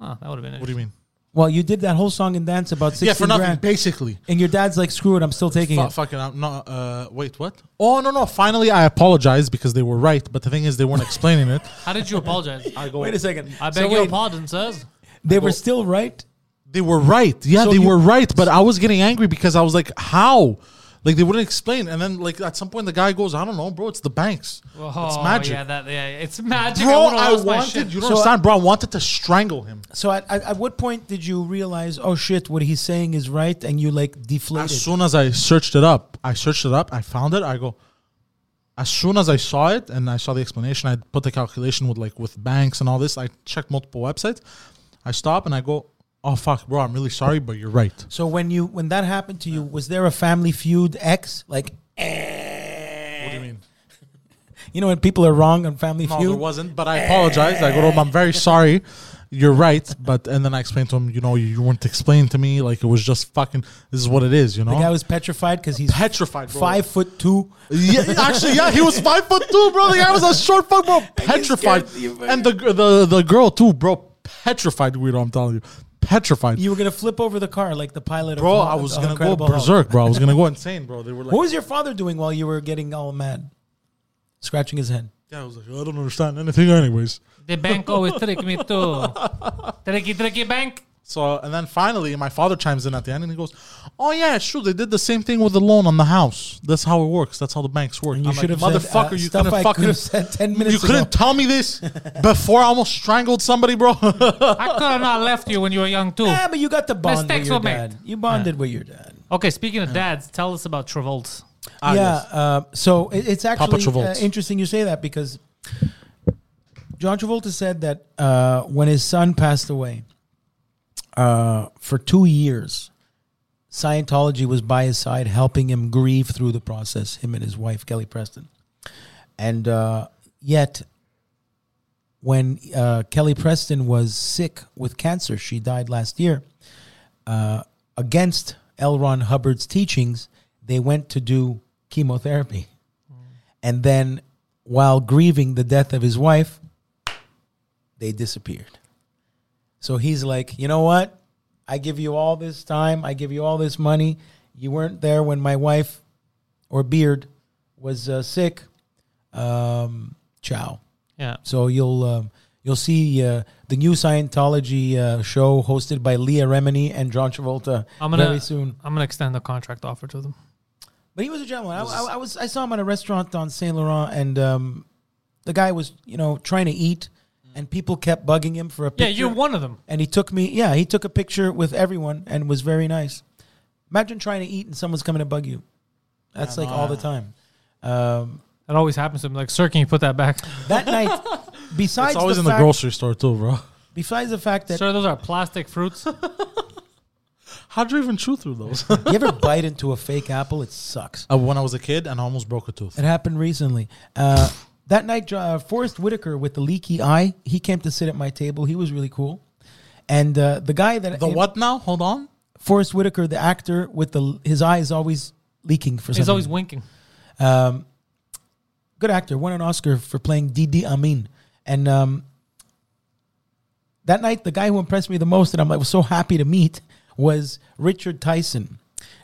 Huh, that would have been.
What do you mean?
Well, you did that whole song and dance about sixteen
Yeah, for nothing,
grand,
basically.
and your dad's like, "Screw it, I'm still taking
Fu-
it."
Fucking, I'm not. Uh, wait, what? Oh no, no. Finally, I apologized because they were right, but the thing is, they weren't explaining it.
How did you apologize? I,
Wait a second.
beg
So
your
wait,
pardon, sirs.
They were still right.
They were right. Yeah,
So
they
you-
were right. But I was getting angry because I was like, how? Like they wouldn't explain, and then like at some point the guy goes, "I don't know, bro. It's the banks. it's
Oh,
magic,
Yeah, that, yeah, it's magic.
bro.
would've
I
lost my shit.
wanted. You don't
So I-
understand, bro. I wanted to strangle him.
So at, at, at what point did you realize, oh shit, what he's saying is right, and you like deflated?
As soon as I searched it up, I searched it up. I found it. I go. As soon as I saw it and I saw the explanation, I put the calculation with like with banks and all this. I checked multiple websites. I stop and I go, "Oh fuck, bro. I'm really sorry, but you're right."
so when you when that happened to you, was there a family feud X like?
What do you mean?
You know when people are wrong on Family
Eh. No,
Feud.
there wasn't. But I apologized. I go, "Rome, I'm very sorry. You're right." But and then I explained to him, you know, you, you weren't explaining to me. Like it was just fucking. This is what it is, you know.
The guy was petrified because he's
petrified, bro.
five foot two.
Yeah, actually, yeah, he was five foot two, bro. The guy was a short fuck, bro. Petrified,
scared you, bro.
and the the the girl too, bro. Petrified, weirdo. I'm telling you, petrified,
You were gonna flip over the car like the pilot.
bro.
of,
I was
of
gonna go
Incredible Hulk.
berserk, bro. I was gonna go insane, bro. They were like,
What was your father doing while you were getting all mad, scratching his head?
yeah, I was like, I don't understand anything, anyways.
uh, The bank always trick me too. Tricky, tricky bank.
So, and then finally, my father chimes in at the end, and he goes, "Oh yeah, it's true. They did the same thing with the loan on the house. That's how it works. That's how the banks work."
And you
I'm
should
like,
have said, uh,
motherfucker, you
stuff
couldn't
I could
fucking
have said 10 minutes
You couldn't
ago."
tell me this before I almost strangled somebody, bro.
I could have not left you when you were young too.
Yeah, but you got the bond
Mistakes
with your
were made.
dad. You bonded with your dad.
Okay, speaking of dads, tell us about Travolta.
Ah,
yeah.
yes.
Uh, so it, it's actually uh,
Travolta.
interesting you say that because John Travolta said that uh, when his son passed away, uh, for two years, Scientology was by his side, helping him grieve through the process. Him and his wife Kelly Preston, and uh, yet. When uh, Kelly Preston was sick with cancer, she died last year uh, against L. Ron Hubbard's teachings, they went to do chemotherapy. And then, while grieving the death of his wife, they disappeared. So he's like, you know what? I give you all this time, I give you all this money. You weren't there when my wife or Beard was uh, sick. Um, ciao.
Yeah.
So you'll um, you'll see uh, the new Scientology uh, show hosted by Leah Remini and John Travolta
I'm gonna
very soon.
I'm gonna extend the contract offer to them.
But he was a gentleman. I, I, I was I saw him at a restaurant on Saint Laurent, and um, the guy was you know trying to eat,
Mm.
and people kept bugging him for a picture.
Yeah, you're one of them.
And he took me. Yeah, he took a picture with everyone, and was very nice. Imagine trying to eat and someone's coming to bug you. That's like all the time. Um,
That always happens to me. Like, sir, can you put that back?
that night, besides
it's always
the
in the
fact,
grocery store too, bro.
besides the fact that
sir, those are plastic fruits.
How'd you even chew through those?
you ever bite into a fake apple, it sucks.
uh, when I was a kid, and I almost broke a tooth.
It happened recently. Uh, that night, uh, Forrest Whitaker with the leaky eye, he came to sit at my table. He was really cool. And uh, the guy that
The what now? Hold on.
Forrest Whitaker, the actor with the his eye is always leaking for
He's
something.
always winking.
Um, good actor, won an Oscar for playing Didi Amin. And um, that night, the guy who impressed me the most, and I'm like was so happy to meet, was Richard Tyson.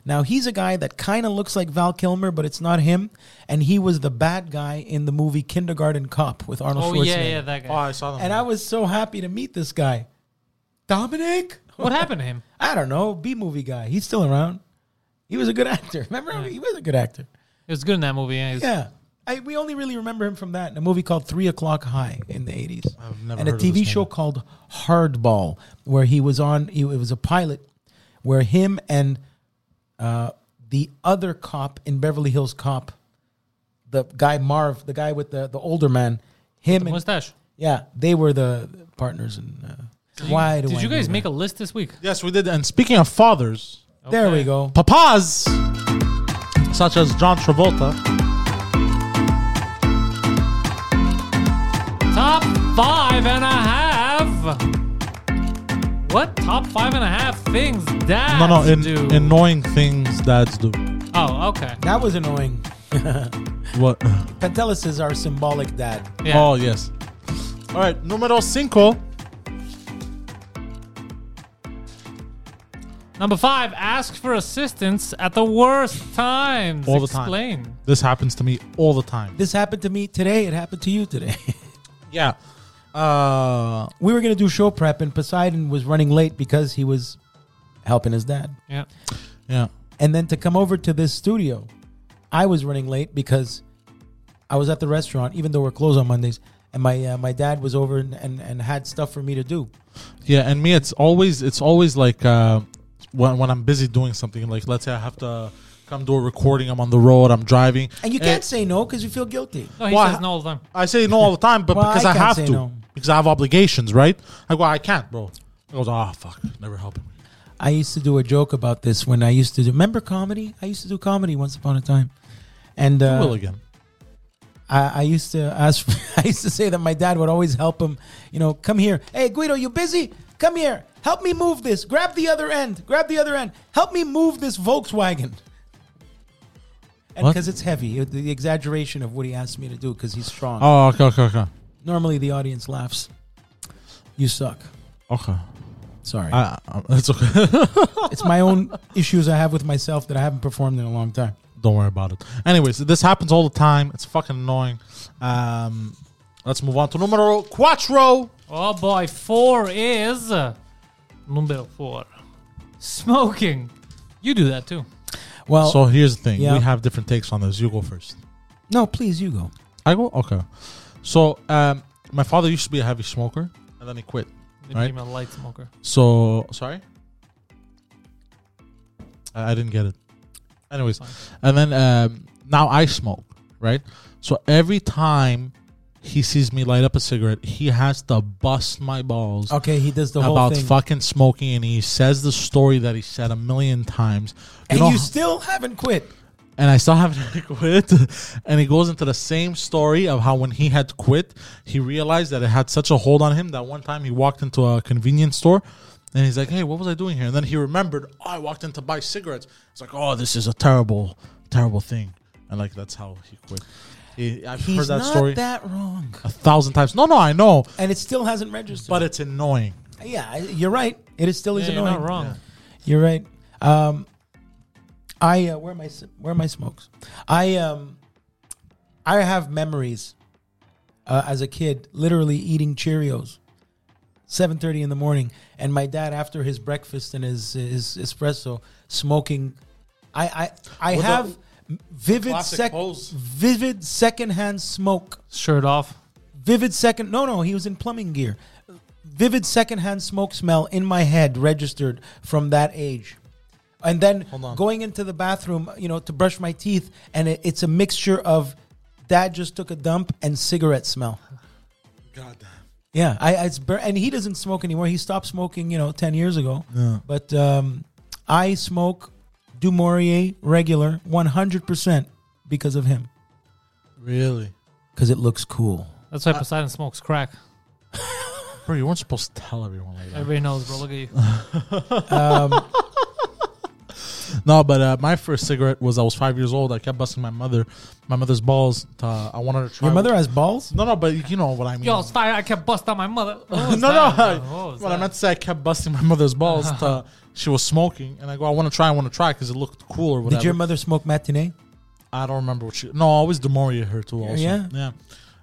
Now he's a guy that kind of looks like Val Kilmer, but it's not him. And he was the bad guy in the movie Kindergarten Cop with Arnold
Oh
Schwarzenegger.
yeah, yeah, that
Oh,
guy.
I saw them.
And I was so happy to meet this guy, Dominic.
What happened to him?
I don't know, B movie guy. He's still around. He was a good actor. Remember, he was a good actor.
He was good in that movie. Yeah. He's-
Yeah. I, we only really remember him from that in a movie called Three O'Clock High in the 80s.
I've never
and a
heard of
TV
this
show
movie.
called Hardball, where he was on, he, it was a pilot where him and uh, the other cop in Beverly Hills Cop, the guy Marv, the guy with the, the older man, him and,
Mustache.
yeah, they were the partners. And uh, why do
Did
I
you guys
know
make
that?
a list this week?
yes, we did. And speaking of fathers,
There
Okay.
we go.
papas such as John Travolta.
Top five and a half. What top five and a half things dads
No, no, in,
do?
annoying things dads do.
oh, okay.
That was annoying.
What?
Pantelis is our symbolic dad.
Yeah.
Oh yes. All right, numero cinco.
Number five, ask for assistance at the worst times.
All the time.
Explain.
This happens to me all the time.
This happened to me today. It happened to you today.
Yeah. Uh,
we were gonna do show prep, and Poseidon was running late because he was helping his dad.
Yeah.
yeah.
And then to come over to this studio, I was running late because I was at the restaurant, even though we're closed on Mondays. And my uh, my dad was over and, and, and had stuff for me to do.
Yeah, and me, it's always it's always like uh, when when I'm busy doing something. Like let's say I have to come do a recording. I'm on the road. I'm driving.
And you can't say no because you feel guilty.
No, he
Well,
says
I-
no all the time.
I say no all the time, but
Well,
because
I
I,
can't
have
say
to,
no.
because I have obligations, right? I go, I can't, bro. He goes, ah, fuck, never helping me.
I used to do a joke about this when I used to do. Remember comedy? I used to do comedy once upon a time, and uh,
Will again.
I, I used to ask. I used to say that my dad would always help him. You know, come here. Hey, Guido, you busy? Come here. Help me move this. Grab the other end. Grab the other end. Help me move this Volkswagen. And
What?
because it's heavy, it- the exaggeration of what he asked me to do because he's strong.
Oh, okay, okay, okay,
Normally, the audience laughs. You suck.
okay.
Sorry,
I, I, it's okay.
it's my own issues I have with myself that I haven't performed in a long time.
Don't worry about it. Anyways, this happens all the time. It's fucking annoying. Um, let's move on to numero cuatro.
Oh boy, four is uh, number four. Smoking. You do that too.
Well,
So here's the thing:
Yeah.
we have different takes on this. You go first.
no, please, you go.
I go okay. So um, my father used to be a heavy smoker, and then he quit.
They
Right.
became a light smoker.
So sorry, I, I didn't get it. Anyways,
Fine.
and then um, now I smoke, right? So every time he sees me light up a cigarette, he has to bust my balls
Okay, he does the whole
about
thing.
fucking smoking, and he says the story that he said a million times. You
and
know
you
how-
still haven't quit.
and I still haven't quit. And he goes into the same story of how when he had quit, he realized that it had such a hold on him that one time he walked into a convenience store and he's like, hey, what was I doing here? And then he remembered, oh, I walked in to buy cigarettes. It's like, oh, this is a terrible, terrible thing. And like, that's how he quit. He, I've
He's
heard that
not
story
that wrong.
a thousand times. No, no, I know,
And it still hasn't registered.
but it's annoying.
yeah, I- you're right. It is still is
Yeah, you're
annoying.
not wrong.
You're right. Um, I uh, where are my s- where are my smokes? I um, I have memories uh, as a kid, literally eating Cheerios, seven thirty in the morning, and my dad after his breakfast and his his espresso smoking. I I I
With the
have vivid
classic
sec-
pose.
vivid secondhand smoke.
Shirt off.
vivid second no no he was in plumbing gear vivid secondhand smoke smell in my head registered from that age and then
on.
going into the bathroom you know to brush my teeth and it, it's a mixture of dad just took a dump and cigarette smell
God damn.
yeah i I- it's bur- and he doesn't smoke anymore he stopped smoking you know 10 years ago but um i smoke du maurier regular 100% because of him
Really?
because it looks cool
That's why Poseidon smokes crack.
Bro, you weren't supposed to tell everyone like that.
Everybody knows, bro. Look at you.
Um,
No, but uh, my first cigarette was I was five years old. I kept busting my mother, my mother's balls. To, uh, I wanted to try.
your mother has balls
No, no, but you know what I mean.
Yo, it's fire. I kept bust on my mother.
no, no.
What
I,
was
what I
that?
meant to say, I kept busting my mother's balls. to, she was smoking, and I go, I want to try, I want to try, because it looked cool or whatever.
did your mother smoke matinee
I don't remember what she. No, I always demorate her too. Also,
Yeah?
yeah.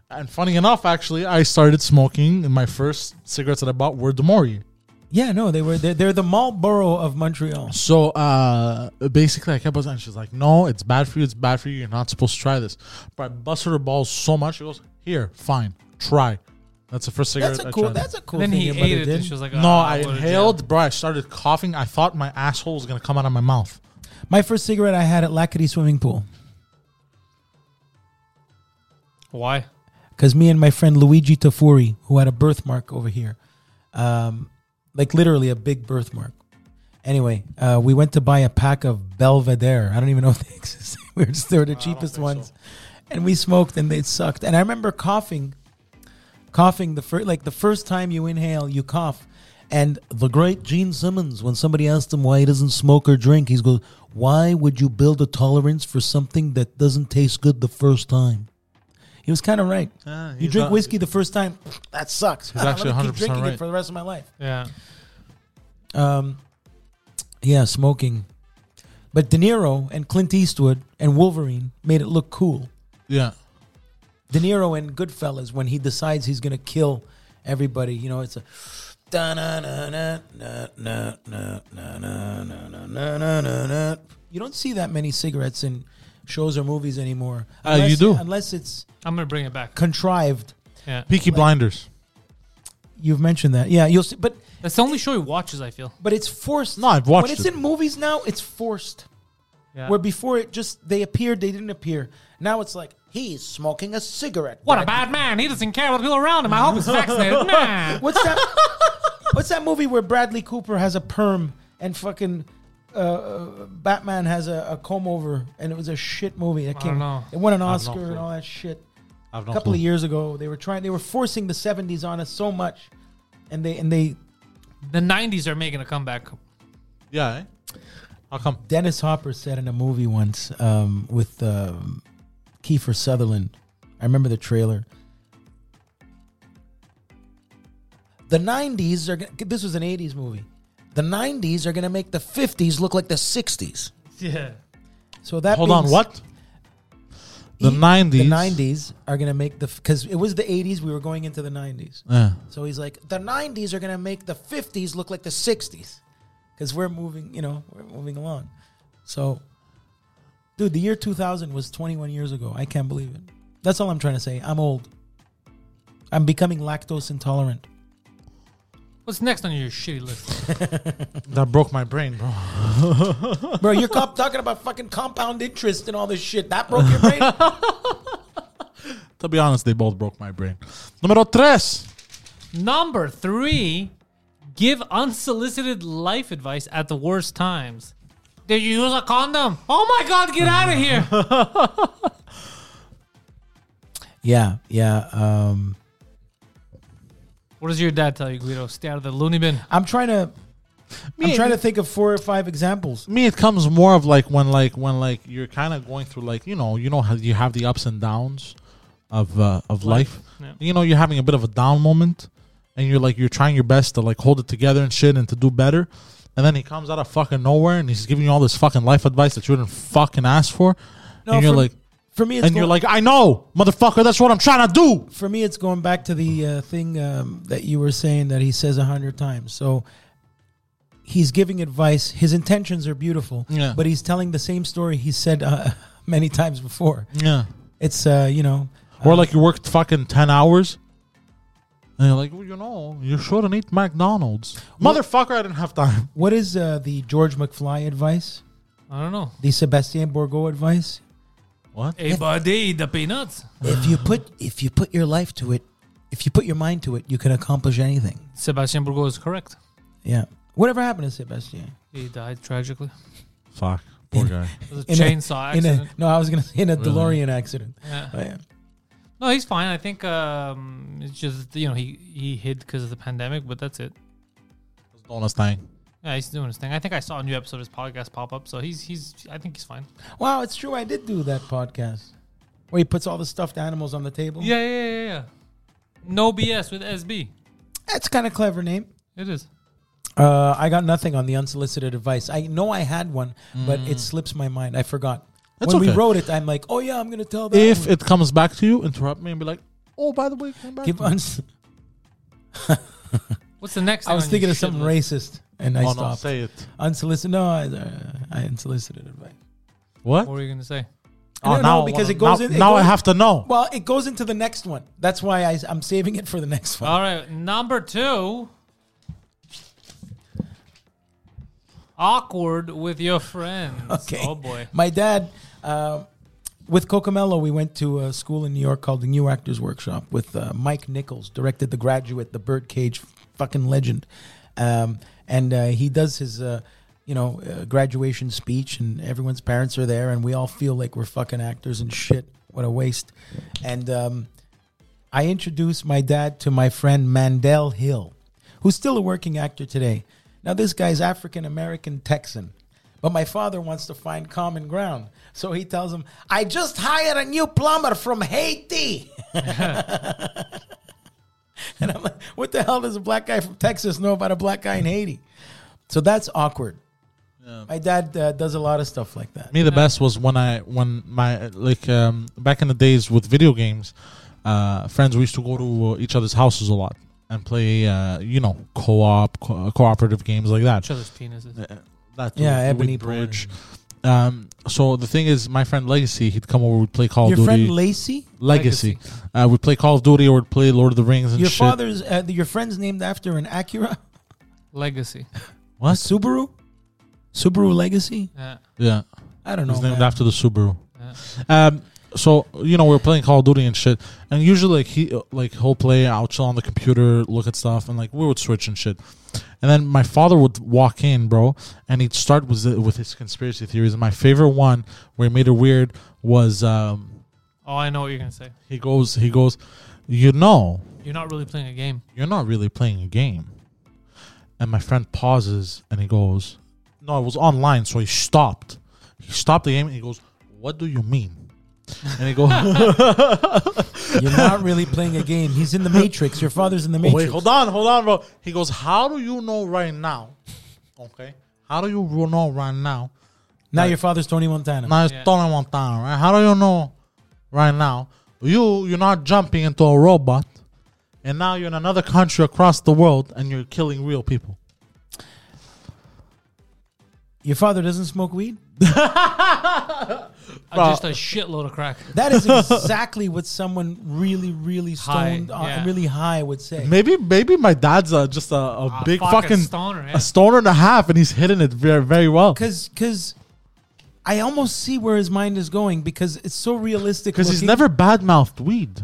And funny enough, actually, I started smoking, and my first cigarettes that I bought were Demori.
Yeah, no, they were. They're, they're the Marlboro of Montreal.
So uh, basically, I kept buzzing. and She's like, "No, it's bad for you. It's bad for you. You're not supposed to try this." But I busted her balls so much. She goes, "Here, fine, try." That's the first cigarette.
That's a
I
cool.
tried.
That's a cool.
then
thing
he
your mother
ate it,
did.
and she was like,
no,
"Ah,
I
what a
inhaled,
jam."
bro. I started coughing. I thought my asshole was gonna come out of my mouth.
My first cigarette I had at Lackady Swimming Pool
Why?
because me and my friend Luigi Tafuri, who had a birthmark over here, um, like literally a big birthmark. Anyway, uh, we went to buy a pack of Belvedere. I don't even know if they exist. we were just, they were the cheapest
think
ones,
so.
and we smoked, and they sucked. And I remember coughing, coughing the first like the first time you inhale you cough and the great gene simmons when somebody asked him why he doesn't smoke or drink he goes why would you build a tolerance for something that doesn't taste good the first time he was kind of right
Ah,
you
he's
drink
not-
whiskey the first time that sucks
He's actually
Let
100%
me keep drinking
right.
it for the rest of my life
Yeah.
um, yeah, smoking. But De Niro and Clint Eastwood and Wolverine made it look cool.
Yeah.
De Niro and Goodfellas when he decides he's gonna kill everybody. You know, it's a. You don't see that many cigarettes in shows or movies anymore.
Uh, you do.
unless it's
I'm gonna bring it back.
contrived.
Yeah.
Peaky Blinders.
You've mentioned that, yeah. You'll see, but
That's the only show he watches. I feel.
but it's forced.
No, I've
when
watched
it's
it.
in movies now, it's forced.
Yeah.
Where before it just they appeared, they didn't appear. Now it's like he's smoking a cigarette.
what a
Brad
bad man. He doesn't care about the people around him. I hope he's vaccinated. nah.
Pitt." What's that? what's that movie where Bradley Cooper has a perm and fucking uh, uh, Batman has a, a comb over, and it was a shit movie. It
don't
came,
know.
it won an
I have no
Oscar and
clue.
all that shit.
I've
A
no
couple of
clue.
years ago, they were trying, they were forcing the '70s on us so much, and they and they
The '90s are making a comeback.
Yeah. Eh? How come?
Dennis Hopper said in a movie once um, with um, Kiefer Sutherland. I remember the trailer. The '90s are. Gonna, this was an '80s movie. The '90s are going to make the '50s look like the '60s.
Yeah.
So that
Hold
being
on.
s-
What? The
he-
90s.
The '90s are going to make the because it was the '80s. We were going into the '90s.
Yeah.
So he's like, the '90s are gonna make the '50s look like the '60s, because we're moving, you know, we're moving along. So, dude, the year 2000 was 21 years ago. I can't believe it. That's all I'm trying to say. I'm old. I'm becoming lactose intolerant.
What's next on your shitty list?
That broke my brain, bro.
Bro, you're cop talking about fucking compound interest and all this shit. That broke your brain.
To be honest, they both broke my brain. Numero tres.
Number three, give unsolicited life advice at the worst times. Did you use a condom? Oh my god, get out of here!
yeah, yeah. Um,
what does your dad tell you, Guido? Stay out of the loony bin.
I'm trying to. I'm
Me-
trying to think of four or five examples.
me it comes more of like when like when like you're kind of going through like you know you know how you have the ups and downs of uh, of life,
yeah.
you know you're having a bit of a down moment and you're like you're trying your best to like hold it together and shit and to do better and then he comes out of fucking nowhere and he's giving you all this fucking life advice that you didn't fucking ask for
No,
and you're
for-
like
For me, it's
and you're
going-
like i know motherfucker that's what i'm trying to do
for me, it's going back to the uh, thing um, that you were saying that he says a hundred times. So he's giving advice. His intentions are beautiful,
Yeah.
but he's telling the same story he said uh, many times before.
yeah
It's uh, you know,
or like you worked fucking 10 hours and you're like well, you know you shouldn't eat mcdonald's motherfucker i didn't have time
what is uh, the George McFly advice?
I don't know.
The Sebastian Bourgo advice?
what
Hey, buddy, eat the peanuts.
If you put if you put your life to it, if you put your mind to it, you can accomplish anything.
Sebastian Bourgo is correct.
Yeah. Whatever happened to Sebastian?
He died tragically.
Fuck. Poor guy.
It was a
In a-
chainsaw
In
accident.
a, no, I was gonna say in a
Really?
DeLorean accident.
Yeah.
Oh, yeah.
No, he's fine. I think um, it's just you know he he hid because of the pandemic, but that's it.
Donald's thing.
Yeah, he's doing his thing. I think I saw a new episode of his podcast pop up, so he's he's. I think he's fine.
Wow, it's true. I did do that podcast where he puts all the stuffed animals on the table.
Yeah, yeah, yeah, yeah. No BS with SB.
that's kind of clever name.
It is.
Uh, I got nothing on the unsolicited advice. I know I had one, but it slips my mind. I forgot.
That's
when we
okay.
wrote it, I'm like, oh yeah, I'm gonna tell that.
If
one.
it comes back to you, interrupt me and be like, oh, by the way, it came back.
Give
to me."
uns-
What's the next?
I was
on your
thinking of
shit
something
list?
racist, and I
oh, no,
stopped.
say it.
unsolicited. No, I, uh, I unsolicited advice.
What?
What were you gonna say?
Oh,
no,
now
no,
I
because
wanna-
it goes
now,
in- it
now I
goes-
have to know.
Well, it goes into the next one. That's why I, I'm saving it for the next one.
All right, number two. Awkward with your friends.
Okay.
Oh boy.
My dad, uh, with Cocomello, we went to a school in New York called the New Actors Workshop with uh, Mike Nichols, directed The Graduate, the Birdcage, fucking legend. Um, and uh, he does his, uh, you know, uh, graduation speech, and everyone's parents are there, and we all feel like we're fucking actors and shit. What a waste. And um, I introduced my dad to my friend Mandel Hill, who's still a working actor today. Now, this guy's African American Texan, but my father wants to find common ground. So he tells him, I just hired a new plumber from Haiti. and I'm like, what the hell does a black guy from Texas know about a black guy in Haiti? So that's awkward. My dad uh, does a lot of stuff like that.
me the best was when I when my like um, back in the days with video games, uh, friends we used to go to uh, each other's houses a lot and play uh, you know co-op co- cooperative games like that. Uh,
Each other's penises.
That
Yeah, Ebony
Ebony Bridge. Um, so the thing is, my friend Legacy, he'd come over, we'd play Call of
Your
Duty.
friend Lacey?
Legacy, Uh, we'd play Call of Duty or we'd play Lord of the Rings and
Your
shit.
father's, uh, your friend's named after an Acura?
Legacy.
what?
Subaru? Subaru Legacy?
Yeah.
Yeah,
I don't know.
he's named
man.
after the Subaru.
yeah.
Um, so you know we were playing Call of Duty and shit, and usually like he like he'll play, I'll chill on the computer, look at stuff, and like we would switch and shit. And then my father would walk in, bro, and he'd start with the, with his conspiracy theories. And my favorite one, where he made it weird, was um,
Oh, I know what you're gonna say.
he goes he goes, you know,
You're not really playing a game.
you're not really playing a game. And my friend pauses and he goes, No, it was online, so he stopped. He stopped the game and he goes, What do you mean? And he goes,
You're not really playing a game. He's in the Matrix. Your father's in the Matrix.
Oh, Wait, hold on, hold on, bro. He goes, How do you know right now? Okay. How do you ro- know right now?
Now your father's Tony Montana.
Now it's
Yeah.
Tony Montana, right? How do you know right now? You you're not jumping into a robot and now you're in another country across the world and you're killing real people.
your father doesn't smoke weed.
Uh, just a shitload of crack.
That is exactly what someone really, really
High,
stoned, uh,
yeah.
really high would say.
Maybe maybe my dad's uh, just a, a big
fucking
fucking
stoner, yeah.
a stoner and a half, and he's hitting it very very well.
Because, because I almost see where his mind is going because it's so realistic.
Because he's
looking.
never bad mouthed weed.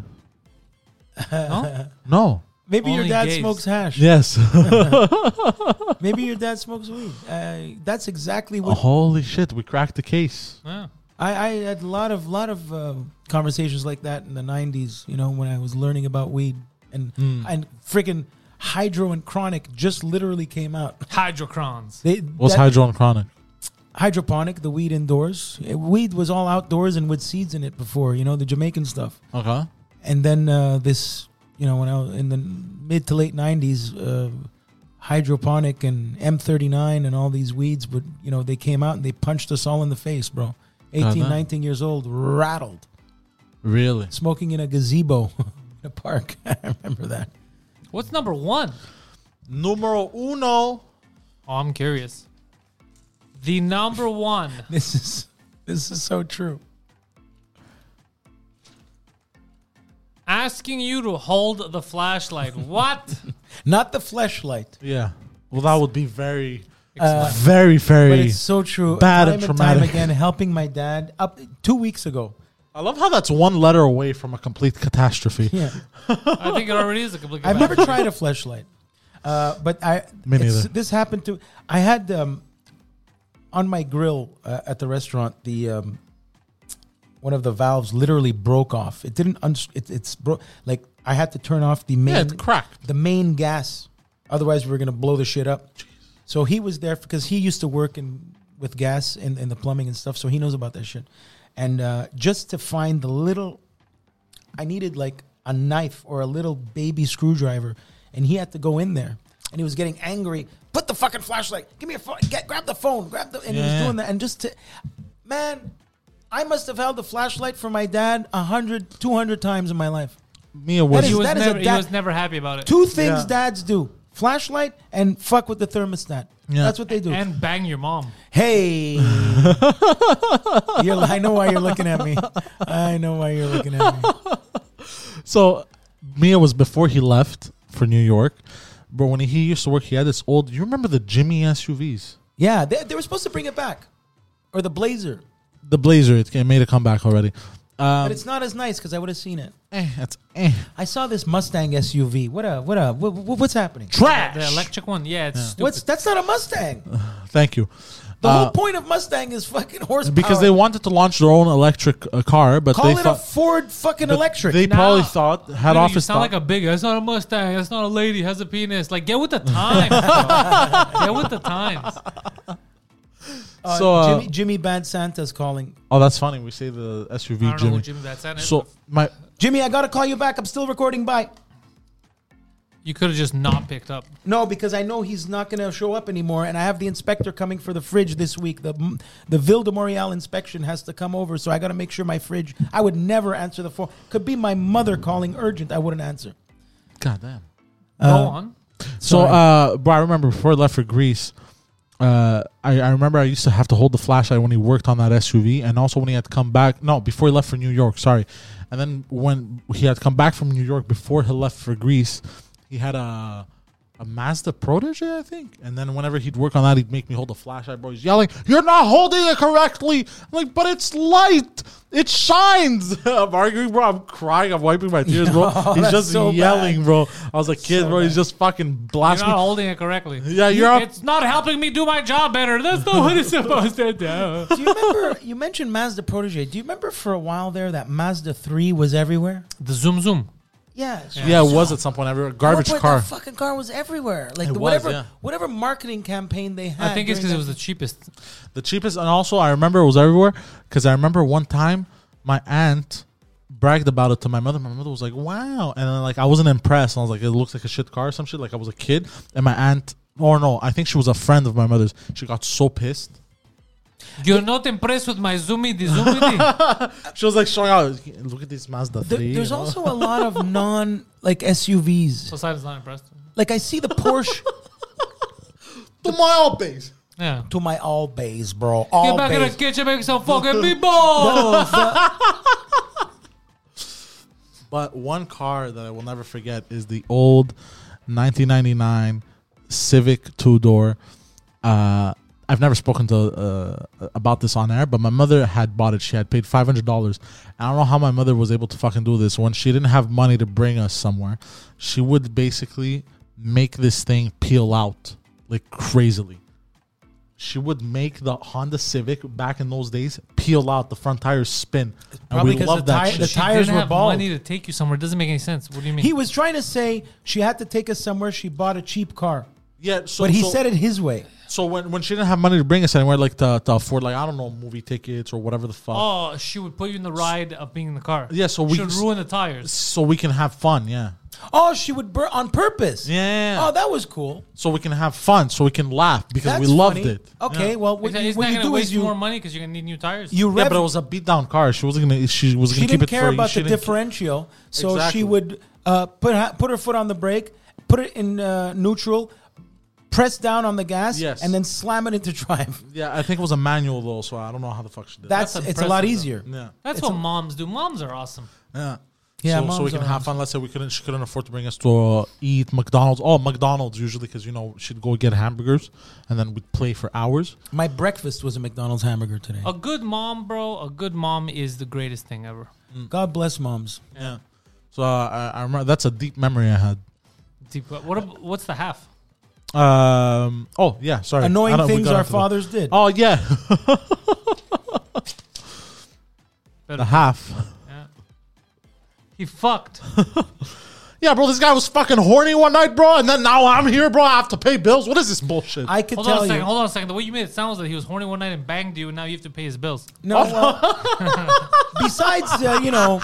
No?
No.
Maybe your
Only
dad
gays.
smokes hash.
Yes.
Maybe your dad smokes weed. Uh, that's exactly what
Holy shit! We cracked the case.
Yeah.
I, I had a lot of lot of um, conversations like that in the '90s. You know, when I was learning about weed and and freaking hydro and chronic just literally came out.
Hydrocrons.
They,
What's
that-
hydro and chronic?
hydroponic? The weed indoors. Eh, Weed was all outdoors and with seeds in it before. You know, the Jamaican stuff.
Okay.
And then uh, this, you know, when I was in the mid to late '90s, uh, hydroponic and M39 and all these weeds would, you know, they came out and they punched us all in the face, bro. 18,
Goddamn.
19 years old, rattled.
Really?
smoking in a gazebo in a park. I remember that.
What's number one?
Numero uno.
Oh, I'm curious. The number one.
This is this is so true.
Asking you to hold the flashlight. What?
Not the fleshlight,
Yeah. Well, that would be very, very,
but
very.
it's so true.
Bad
time
and
time
traumatic.
again, helping my dad up two weeks ago.
I love how that's one letter away from a complete catastrophe.
Yeah,
I think it already is a complete.
I've never tried a fleshlight, uh, but I
Me
it's-
neither.
this happened to. I had um, on my grill uh, at the restaurant the. Um, one of the valves literally broke off. It didn't. Uns- it, it's broke. Like I had to turn off the main.
Yeah, it's cracked.
the main gas. Otherwise, we were gonna blow the shit up. So he was there because he used to work in with gas and, and the plumbing and stuff. So he knows about that shit. And uh, just to find the little, I needed like a knife or a little baby screwdriver, and he had to go in there. And he was getting angry. Put the fucking flashlight. Give me a phone. Get, grab the phone. Grab the. And he was
Yeah.
doing that. And just to, man, I must have held the flashlight for my dad 100, 200 times in my life.
Mia
That
was.
He was,
That is a
never, he
da-
was never happy about it.
Two things
Yeah.
dads do: flashlight and fuck with the thermostat.
Yeah.
That's what they do.
and bang your mom.
hey, you're, I know why you're looking at me. I know why you're looking at me.
So Mia was before he left for New York, but when he used to work, he had this old. You remember the Jimmy SUVs,
Yeah, they, they were supposed to bring it back, or the blazer,
the Blazer. It it made a comeback already. Um,
but it's not as nice because I would have seen it.
eh, it's eh.
I saw this Mustang SUV. What a what a what, what's happening?
The electric one. Yeah, it's stupid.
What's that's not a Mustang.
Thank you.
The
Uh,
whole point of Mustang is fucking horsepower.
because they wanted to launch their own electric uh, car, but
call
they
it a
thought
Ford fucking
but
electric.
They probably
Nah.
thought head
Dude, you
office
sound
thought
like a big. It's not a Mustang. It's not a lady. Has a penis. Like get with the times. bro. get with the times.
Uh,
so, uh,
Jimmy Jimmy Bad Santa's calling.
oh that's funny. We say the
I
SUV
don't know who
Jimmy.
Jimmy Batson is.
So my
Jimmy, I gotta call you back. I'm still recording. Bye.
you could have just not picked up.
No, because I know he's not gonna show up anymore, and I have the inspector coming for the fridge this week. The the Ville de Montréal inspection has to come over, so I gotta make sure my fridge. I would never answer the phone. Could be my mother calling urgent. I wouldn't answer.
god damn.
Uh,
Go on.
So,
Sorry.
uh, bro, I remember before I left for Greece, uh, I, I remember I used to have to hold the flashlight when he worked on that SUV, and also when he had come back. No, before he left for New York, sorry, and then when he had come back from New York before he left for Greece, he had a a Mazda Protege, I think. And then whenever he'd work on that, he'd make me hold the flashlight. Bro, he's yelling, "You're not holding it correctly!" I'm like, but it's light. It shines. I'm arguing, bro. I'm crying. I'm wiping my tears, bro. He's
that's
just
so bad.
yelling, bro. I was a kid, bro. He's just fucking
You're
blasting.
not holding it correctly.
Yeah,
You-
you're up-
It's not helping me do my job better. That's not what it's supposed to do.
Do you remember? you mentioned Mazda Protege. Do you remember for a while there that Mazda three was everywhere?
The zoom zoom.
Yeah. it's
Yeah, it was at some point. Every garbage
What- what
car.
The fucking car was everywhere. Like
It was,
whatever,
yeah.
whatever marketing campaign they had.
I think it's because
during
it was
that-
the cheapest.
The cheapest, and also I remember it was everywhere because I remember one time my aunt bragged about it to my mother. My mother was like, "Wow," and then like I wasn't impressed. And I was like, "It looks like a shit car or some shit." Like I was a kid, and my aunt, or no, I think she was a friend of my mother's. She got so pissed.
You're not impressed with my zoomy the zoomy.
She was like showing out, "Look at this Mazda
There-
3.
there's
you know?
also a lot of non like SUVs.
Poseidon's not impressed.
Like I see the Porsche
to my old base.
Yeah.
to my all bays, bro. All
Get back in
bays.
the kitchen, make some fucking meatballs.
But one car that I will never forget is the old 1999 Civic two door. Uh, I've never spoken to uh, about this on air, but my mother had bought it. She had paid five hundred dollars. I don't know how my mother was able to fucking do this when she didn't have money to bring us somewhere. She would basically make this thing peel out like crazily. She would make the Honda Civic back in those days peel out the front tires spin, and
Probably
we
'cause
love
the
that.
tire-
shit.
the
She
tires
didn't
were
have
bald.
money to take you somewhere. It doesn't make any sense. What do you mean?
He was trying to say she had to take us somewhere. She bought a cheap car,
yeah, so,
but he
so-
said it his way.
So when, when she didn't have money to bring us anywhere, like to, to afford like I don't know movie tickets or whatever the fuck,
oh, she would put you in the ride of being in the car.
Yeah, so we-
she would ruin the tires.
so we can have fun, yeah,
Oh, she would burn on purpose.
yeah.
Oh, that was cool.
so we can have fun, so we can laugh because
That's
we loved
funny.
it.
Okay, well, what
What,
you,
it's
what
not
you
gonna
do
waste
is you
more money because you're gonna need new tires.
you
Yeah,
rev
but it was a beat down car. She wasn't gonna. She was
she
gonna keep
didn't
it
care
free.
about
She
the
didn't-
differential, so
Exactly.
she would uh, put her, put her foot on the brake, put it in uh, neutral, press down on the gas,
Yes.
and then slam it into drive.
Yeah, I think it was a manual though, so I don't know how the fuck she did.
That's,
That's
it's a lot
impressive,
easier.
it. yeah,
That's what moms do. Moms are awesome.
yeah.
Yeah,
so, so we
moms
can
are
have fun. Let's say we couldn't, she couldn't afford to bring us to uh, eat McDonald's. Oh, McDonald's usually because you know she'd go get hamburgers and then we'd play for hours.
My breakfast was a McDonald's hamburger today.
A good mom, bro. A good mom is the greatest thing ever.
God bless moms.
Yeah. So uh, I, I remember that's a deep memory I had.
Deep- What? ab- What's the half?
Um. Oh yeah. Sorry. I
Annoying
don't- we
things
got
our
onto the-
fathers did.
Oh yeah.
Better.
the half.
Yeah. He fucked.
Yeah, bro. This guy was fucking horny one night, bro, and then now I'm here, bro. I have to pay bills. What is this bullshit?
I could
Hold on a
tell
second.
you.
Hold on a second. The way you made it sounds like he was horny one night and banged you, and now you have to pay his bills.
No, well, besides, uh, you know,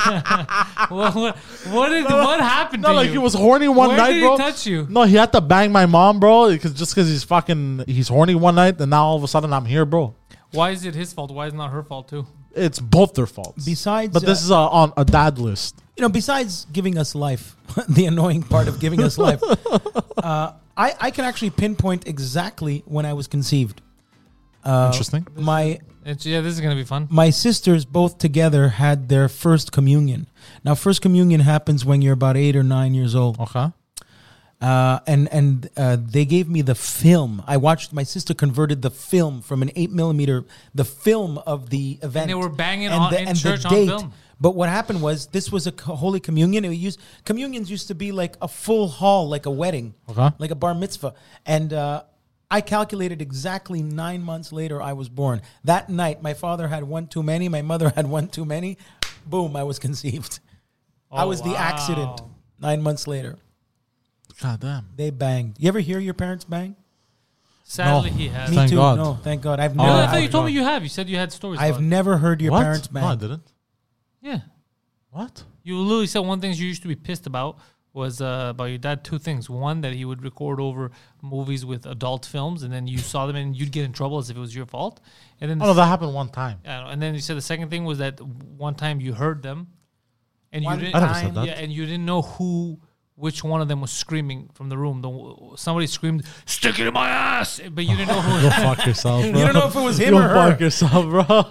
what, what, what, did, what happened
not
to
like
you?
he was horny one
Where
night,
did he
bro.
touch you?
No, he had to bang my mom, bro, because just because he's fucking he's horny one night, and now all of a sudden I'm here, bro.
Why is it his fault? Why is it not her fault too?
It's both their faults.
Besides,
but this
uh,
is a, on a dad list.
you know, besides giving us life, the annoying part of giving us life, uh, I, I can actually pinpoint exactly when I was conceived. Uh,
Interesting.
My
It's, yeah, this is gonna be fun.
my sisters both together had their first communion. Now, first communion happens when you're about eight or nine years old.
Okay.
uh, and and uh, they gave me the film. I watched my sister converted the film from an eight millimeter, the film of the event.
they were banging on- in church on film.
But what happened was this was a co- holy communion. It used communions used to be like a full hall, like a wedding,
Okay.
like a bar mitzvah, and uh, I calculated exactly nine months later I was born. That night, my father had one too many, my mother had one too many. Boom, I was conceived. I
Oh,
was the accident
wow.
nine months later.
God damn.
They banged. You ever hear your parents bang?
Sadly,
No.
he has.
Me
Thank
too.
God.
No, thank God. I've
Oh,
never.
No, I
I've
thought you told me
heard.
you have. You said you had stories.
I've
about it.
never heard your
what?
parents
No, I
bang.
didn't.
Yeah,
What?
you literally said one thing you used to be pissed about was uh, about your dad. Two things: one that he would record over movies with adult films, and then you saw them and you'd get in trouble as if it was your fault. And then, the
Oh no,
s-
that happened one time.
I don't know, and then you said the second thing was that one time you heard them, and
One
you didn't.
I never said that.
Yeah, and you didn't know who. Which one of them was screaming from the room? The, somebody screamed, "Stick it in my ass!" But you didn't know who.
Go fuck yourself, bro.
You don't know if it was him
Go
or her.
fuck yourself, bro. I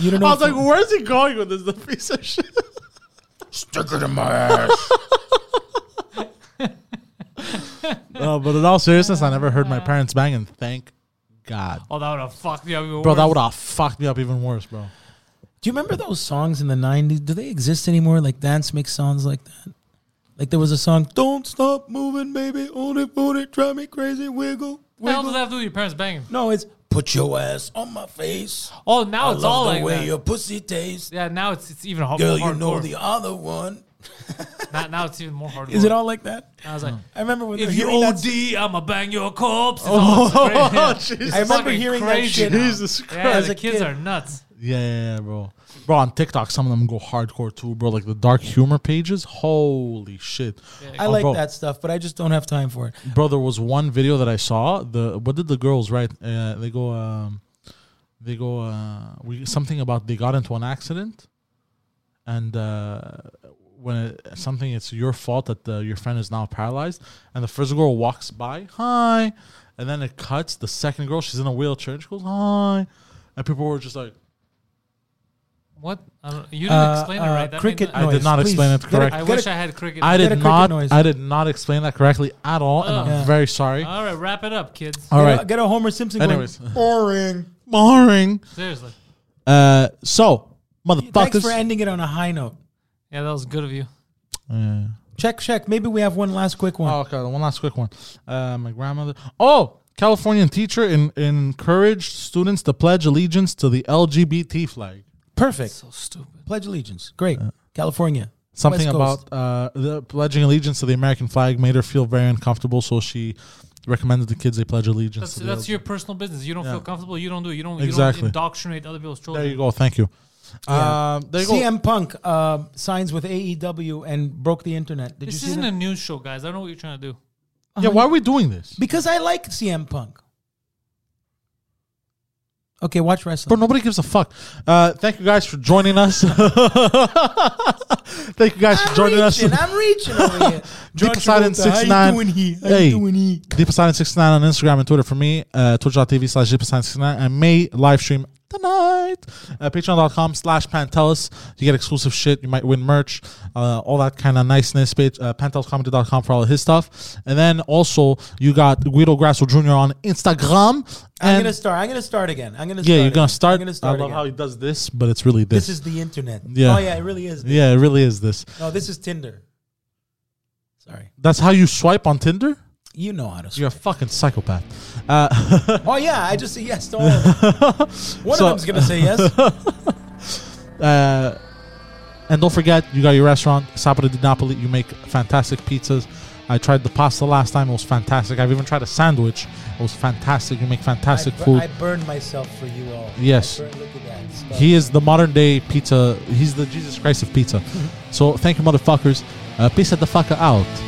You don't know.
was
if
like,
it-
where's he going with this piece of shit?
Stick it in my ass.
No, but in all seriousness, I never heard my parents bang, and thank God.
Oh, that would have fucked me up. even
Bro, that
worse.
would have fucked me up even worse, bro.
Do you remember those songs in the '90s? Do they exist anymore? Like dance mix songs like that. Like there was a song, "Don't Stop Moving, Baby, on it, on it, drive me crazy, wiggle,
What the hell does
wiggle."
that have to do with your parents banging?
No, it's
Put your ass on my face.
Oh, now
I
it's
love
all
the
like
way
that.
your pussy tastes.
Yeah, now it's it's even hard.
Girl,
more
you know
hardcore.
the other one.
now, now it's even more hardcore.
is it all like that?
Now it's like,
I remember when
if you
hearing that.
OD, I'ma bang your corpse. Oh,
Jesus.
I remember
fucking
hearing that
crazy
shit.
now.
Jesus
yeah,
Christ.
as
the
a
kids
kid.
are nuts.
Yeah, yeah, yeah, bro. Bro, on TikTok, some of them go hardcore too, bro. Like the dark humor pages. Holy shit.
I
Oh,
like
bro.
that stuff, but I just don't have time for it.
Bro, there was one video that I saw. The what did the girls write? Uh, they go, um, they go, uh, we something about they got into an accident, and uh, when it, something it's your fault that the, your friend is now paralyzed, and the first girl walks by, hi, and then it cuts. The second girl, she's in a wheelchair, and she goes, hi, and people were just like,
What? I don't, you didn't
Uh,
explain it
uh,
right. That
cricket
made no-
I did
noise,
not
please.
explain it
Get
correctly.
I
get
wish
it-
I had cricket.
I
Get a
did
cricket
not,
noise. Oh.
I did not explain that correctly at all, and I'm
Yeah.
very sorry.
Uh,
all right, wrap it up, kids.
all
get
right,
A, get a Homer Simpson. going,
Anyways.
boring.
boring.
Seriously.
Uh, so
Thanks
motherfuckers.
for ending it on a high note.
Yeah, that was good of you.
Yeah.
Check, check. Maybe we have one last quick one.
Oh, okay. One last quick one. Uh, my grandmother. Oh, Californian teacher in, encouraged students to pledge allegiance to the LGBT flag.
Perfect.
So stupid.
Pledge allegiance. Great. California.
Something
West Coast.
about uh, the pledging allegiance to the American flag made her feel very uncomfortable, so she recommended the kids they pledge allegiance.
That's,
to
that's
the
your personal business. You don't
Yeah.
feel comfortable. You don't do it. You don't, you
Exactly.
don't indoctrinate other people's
There
children.
you go. Thank you.
Yeah.
Um, there you go.
CM Punk uh, signs with AEW and broke the internet. Did
This
you see
isn't
that?
a news show, guys. I don't know what you're trying to do.
Yeah. Why are we doing this?
because I like CM Punk. Okay, watch wrestling.
Bro, nobody gives a fuck. Uh, thank you guys for joining us. thank you guys for
I'm
joining
reaching.
us.
I'm reaching over here.
Deep
John
Silent
Travolta, how
69.
you doing here? How
Hey.
you doing here?
Deep Silent 69 on Instagram and Twitter for me, uh, twitch.tv slash Deep Silent 69, and May live stream tonight. Uh, Patreon.com slash Pantelis. You get exclusive shit. You might win merch, uh, all that kind of niceness. Page, uh, PantelisComedy.com for all of his stuff. And then also, you got Guido Grasso Jr. on Instagram.
I'm
And
gonna start. I'm gonna start again. I'm gonna.
yeah,
start
you're
again.
going to start.
I'm gonna
I
start.
love
again.
how he does this, but it's really this.
this is the internet.
Yeah.
Oh yeah, it really is.
yeah, it really is this.
No, this is Tinder. Sorry,
That's how you swipe on Tinder?
you know how to.
You're a fucking psychopath. Uh,
Oh yeah, I just say yes to all. Of them. One
So-
of them's gonna say yes.
Uh, and don't forget, you got your restaurant, Sabato di Napoli. You make fantastic pizzas. I tried the pasta last time; it was fantastic. I've even tried a sandwich; it was fantastic. You make fantastic
I, bur-
food.
I burned myself for you all.
Yes.
I burned- look at that stuff.
he is the modern day pizza. He's the Jesus Christ of pizza. so thank you, motherfuckers. Uh, peace at the fucker out.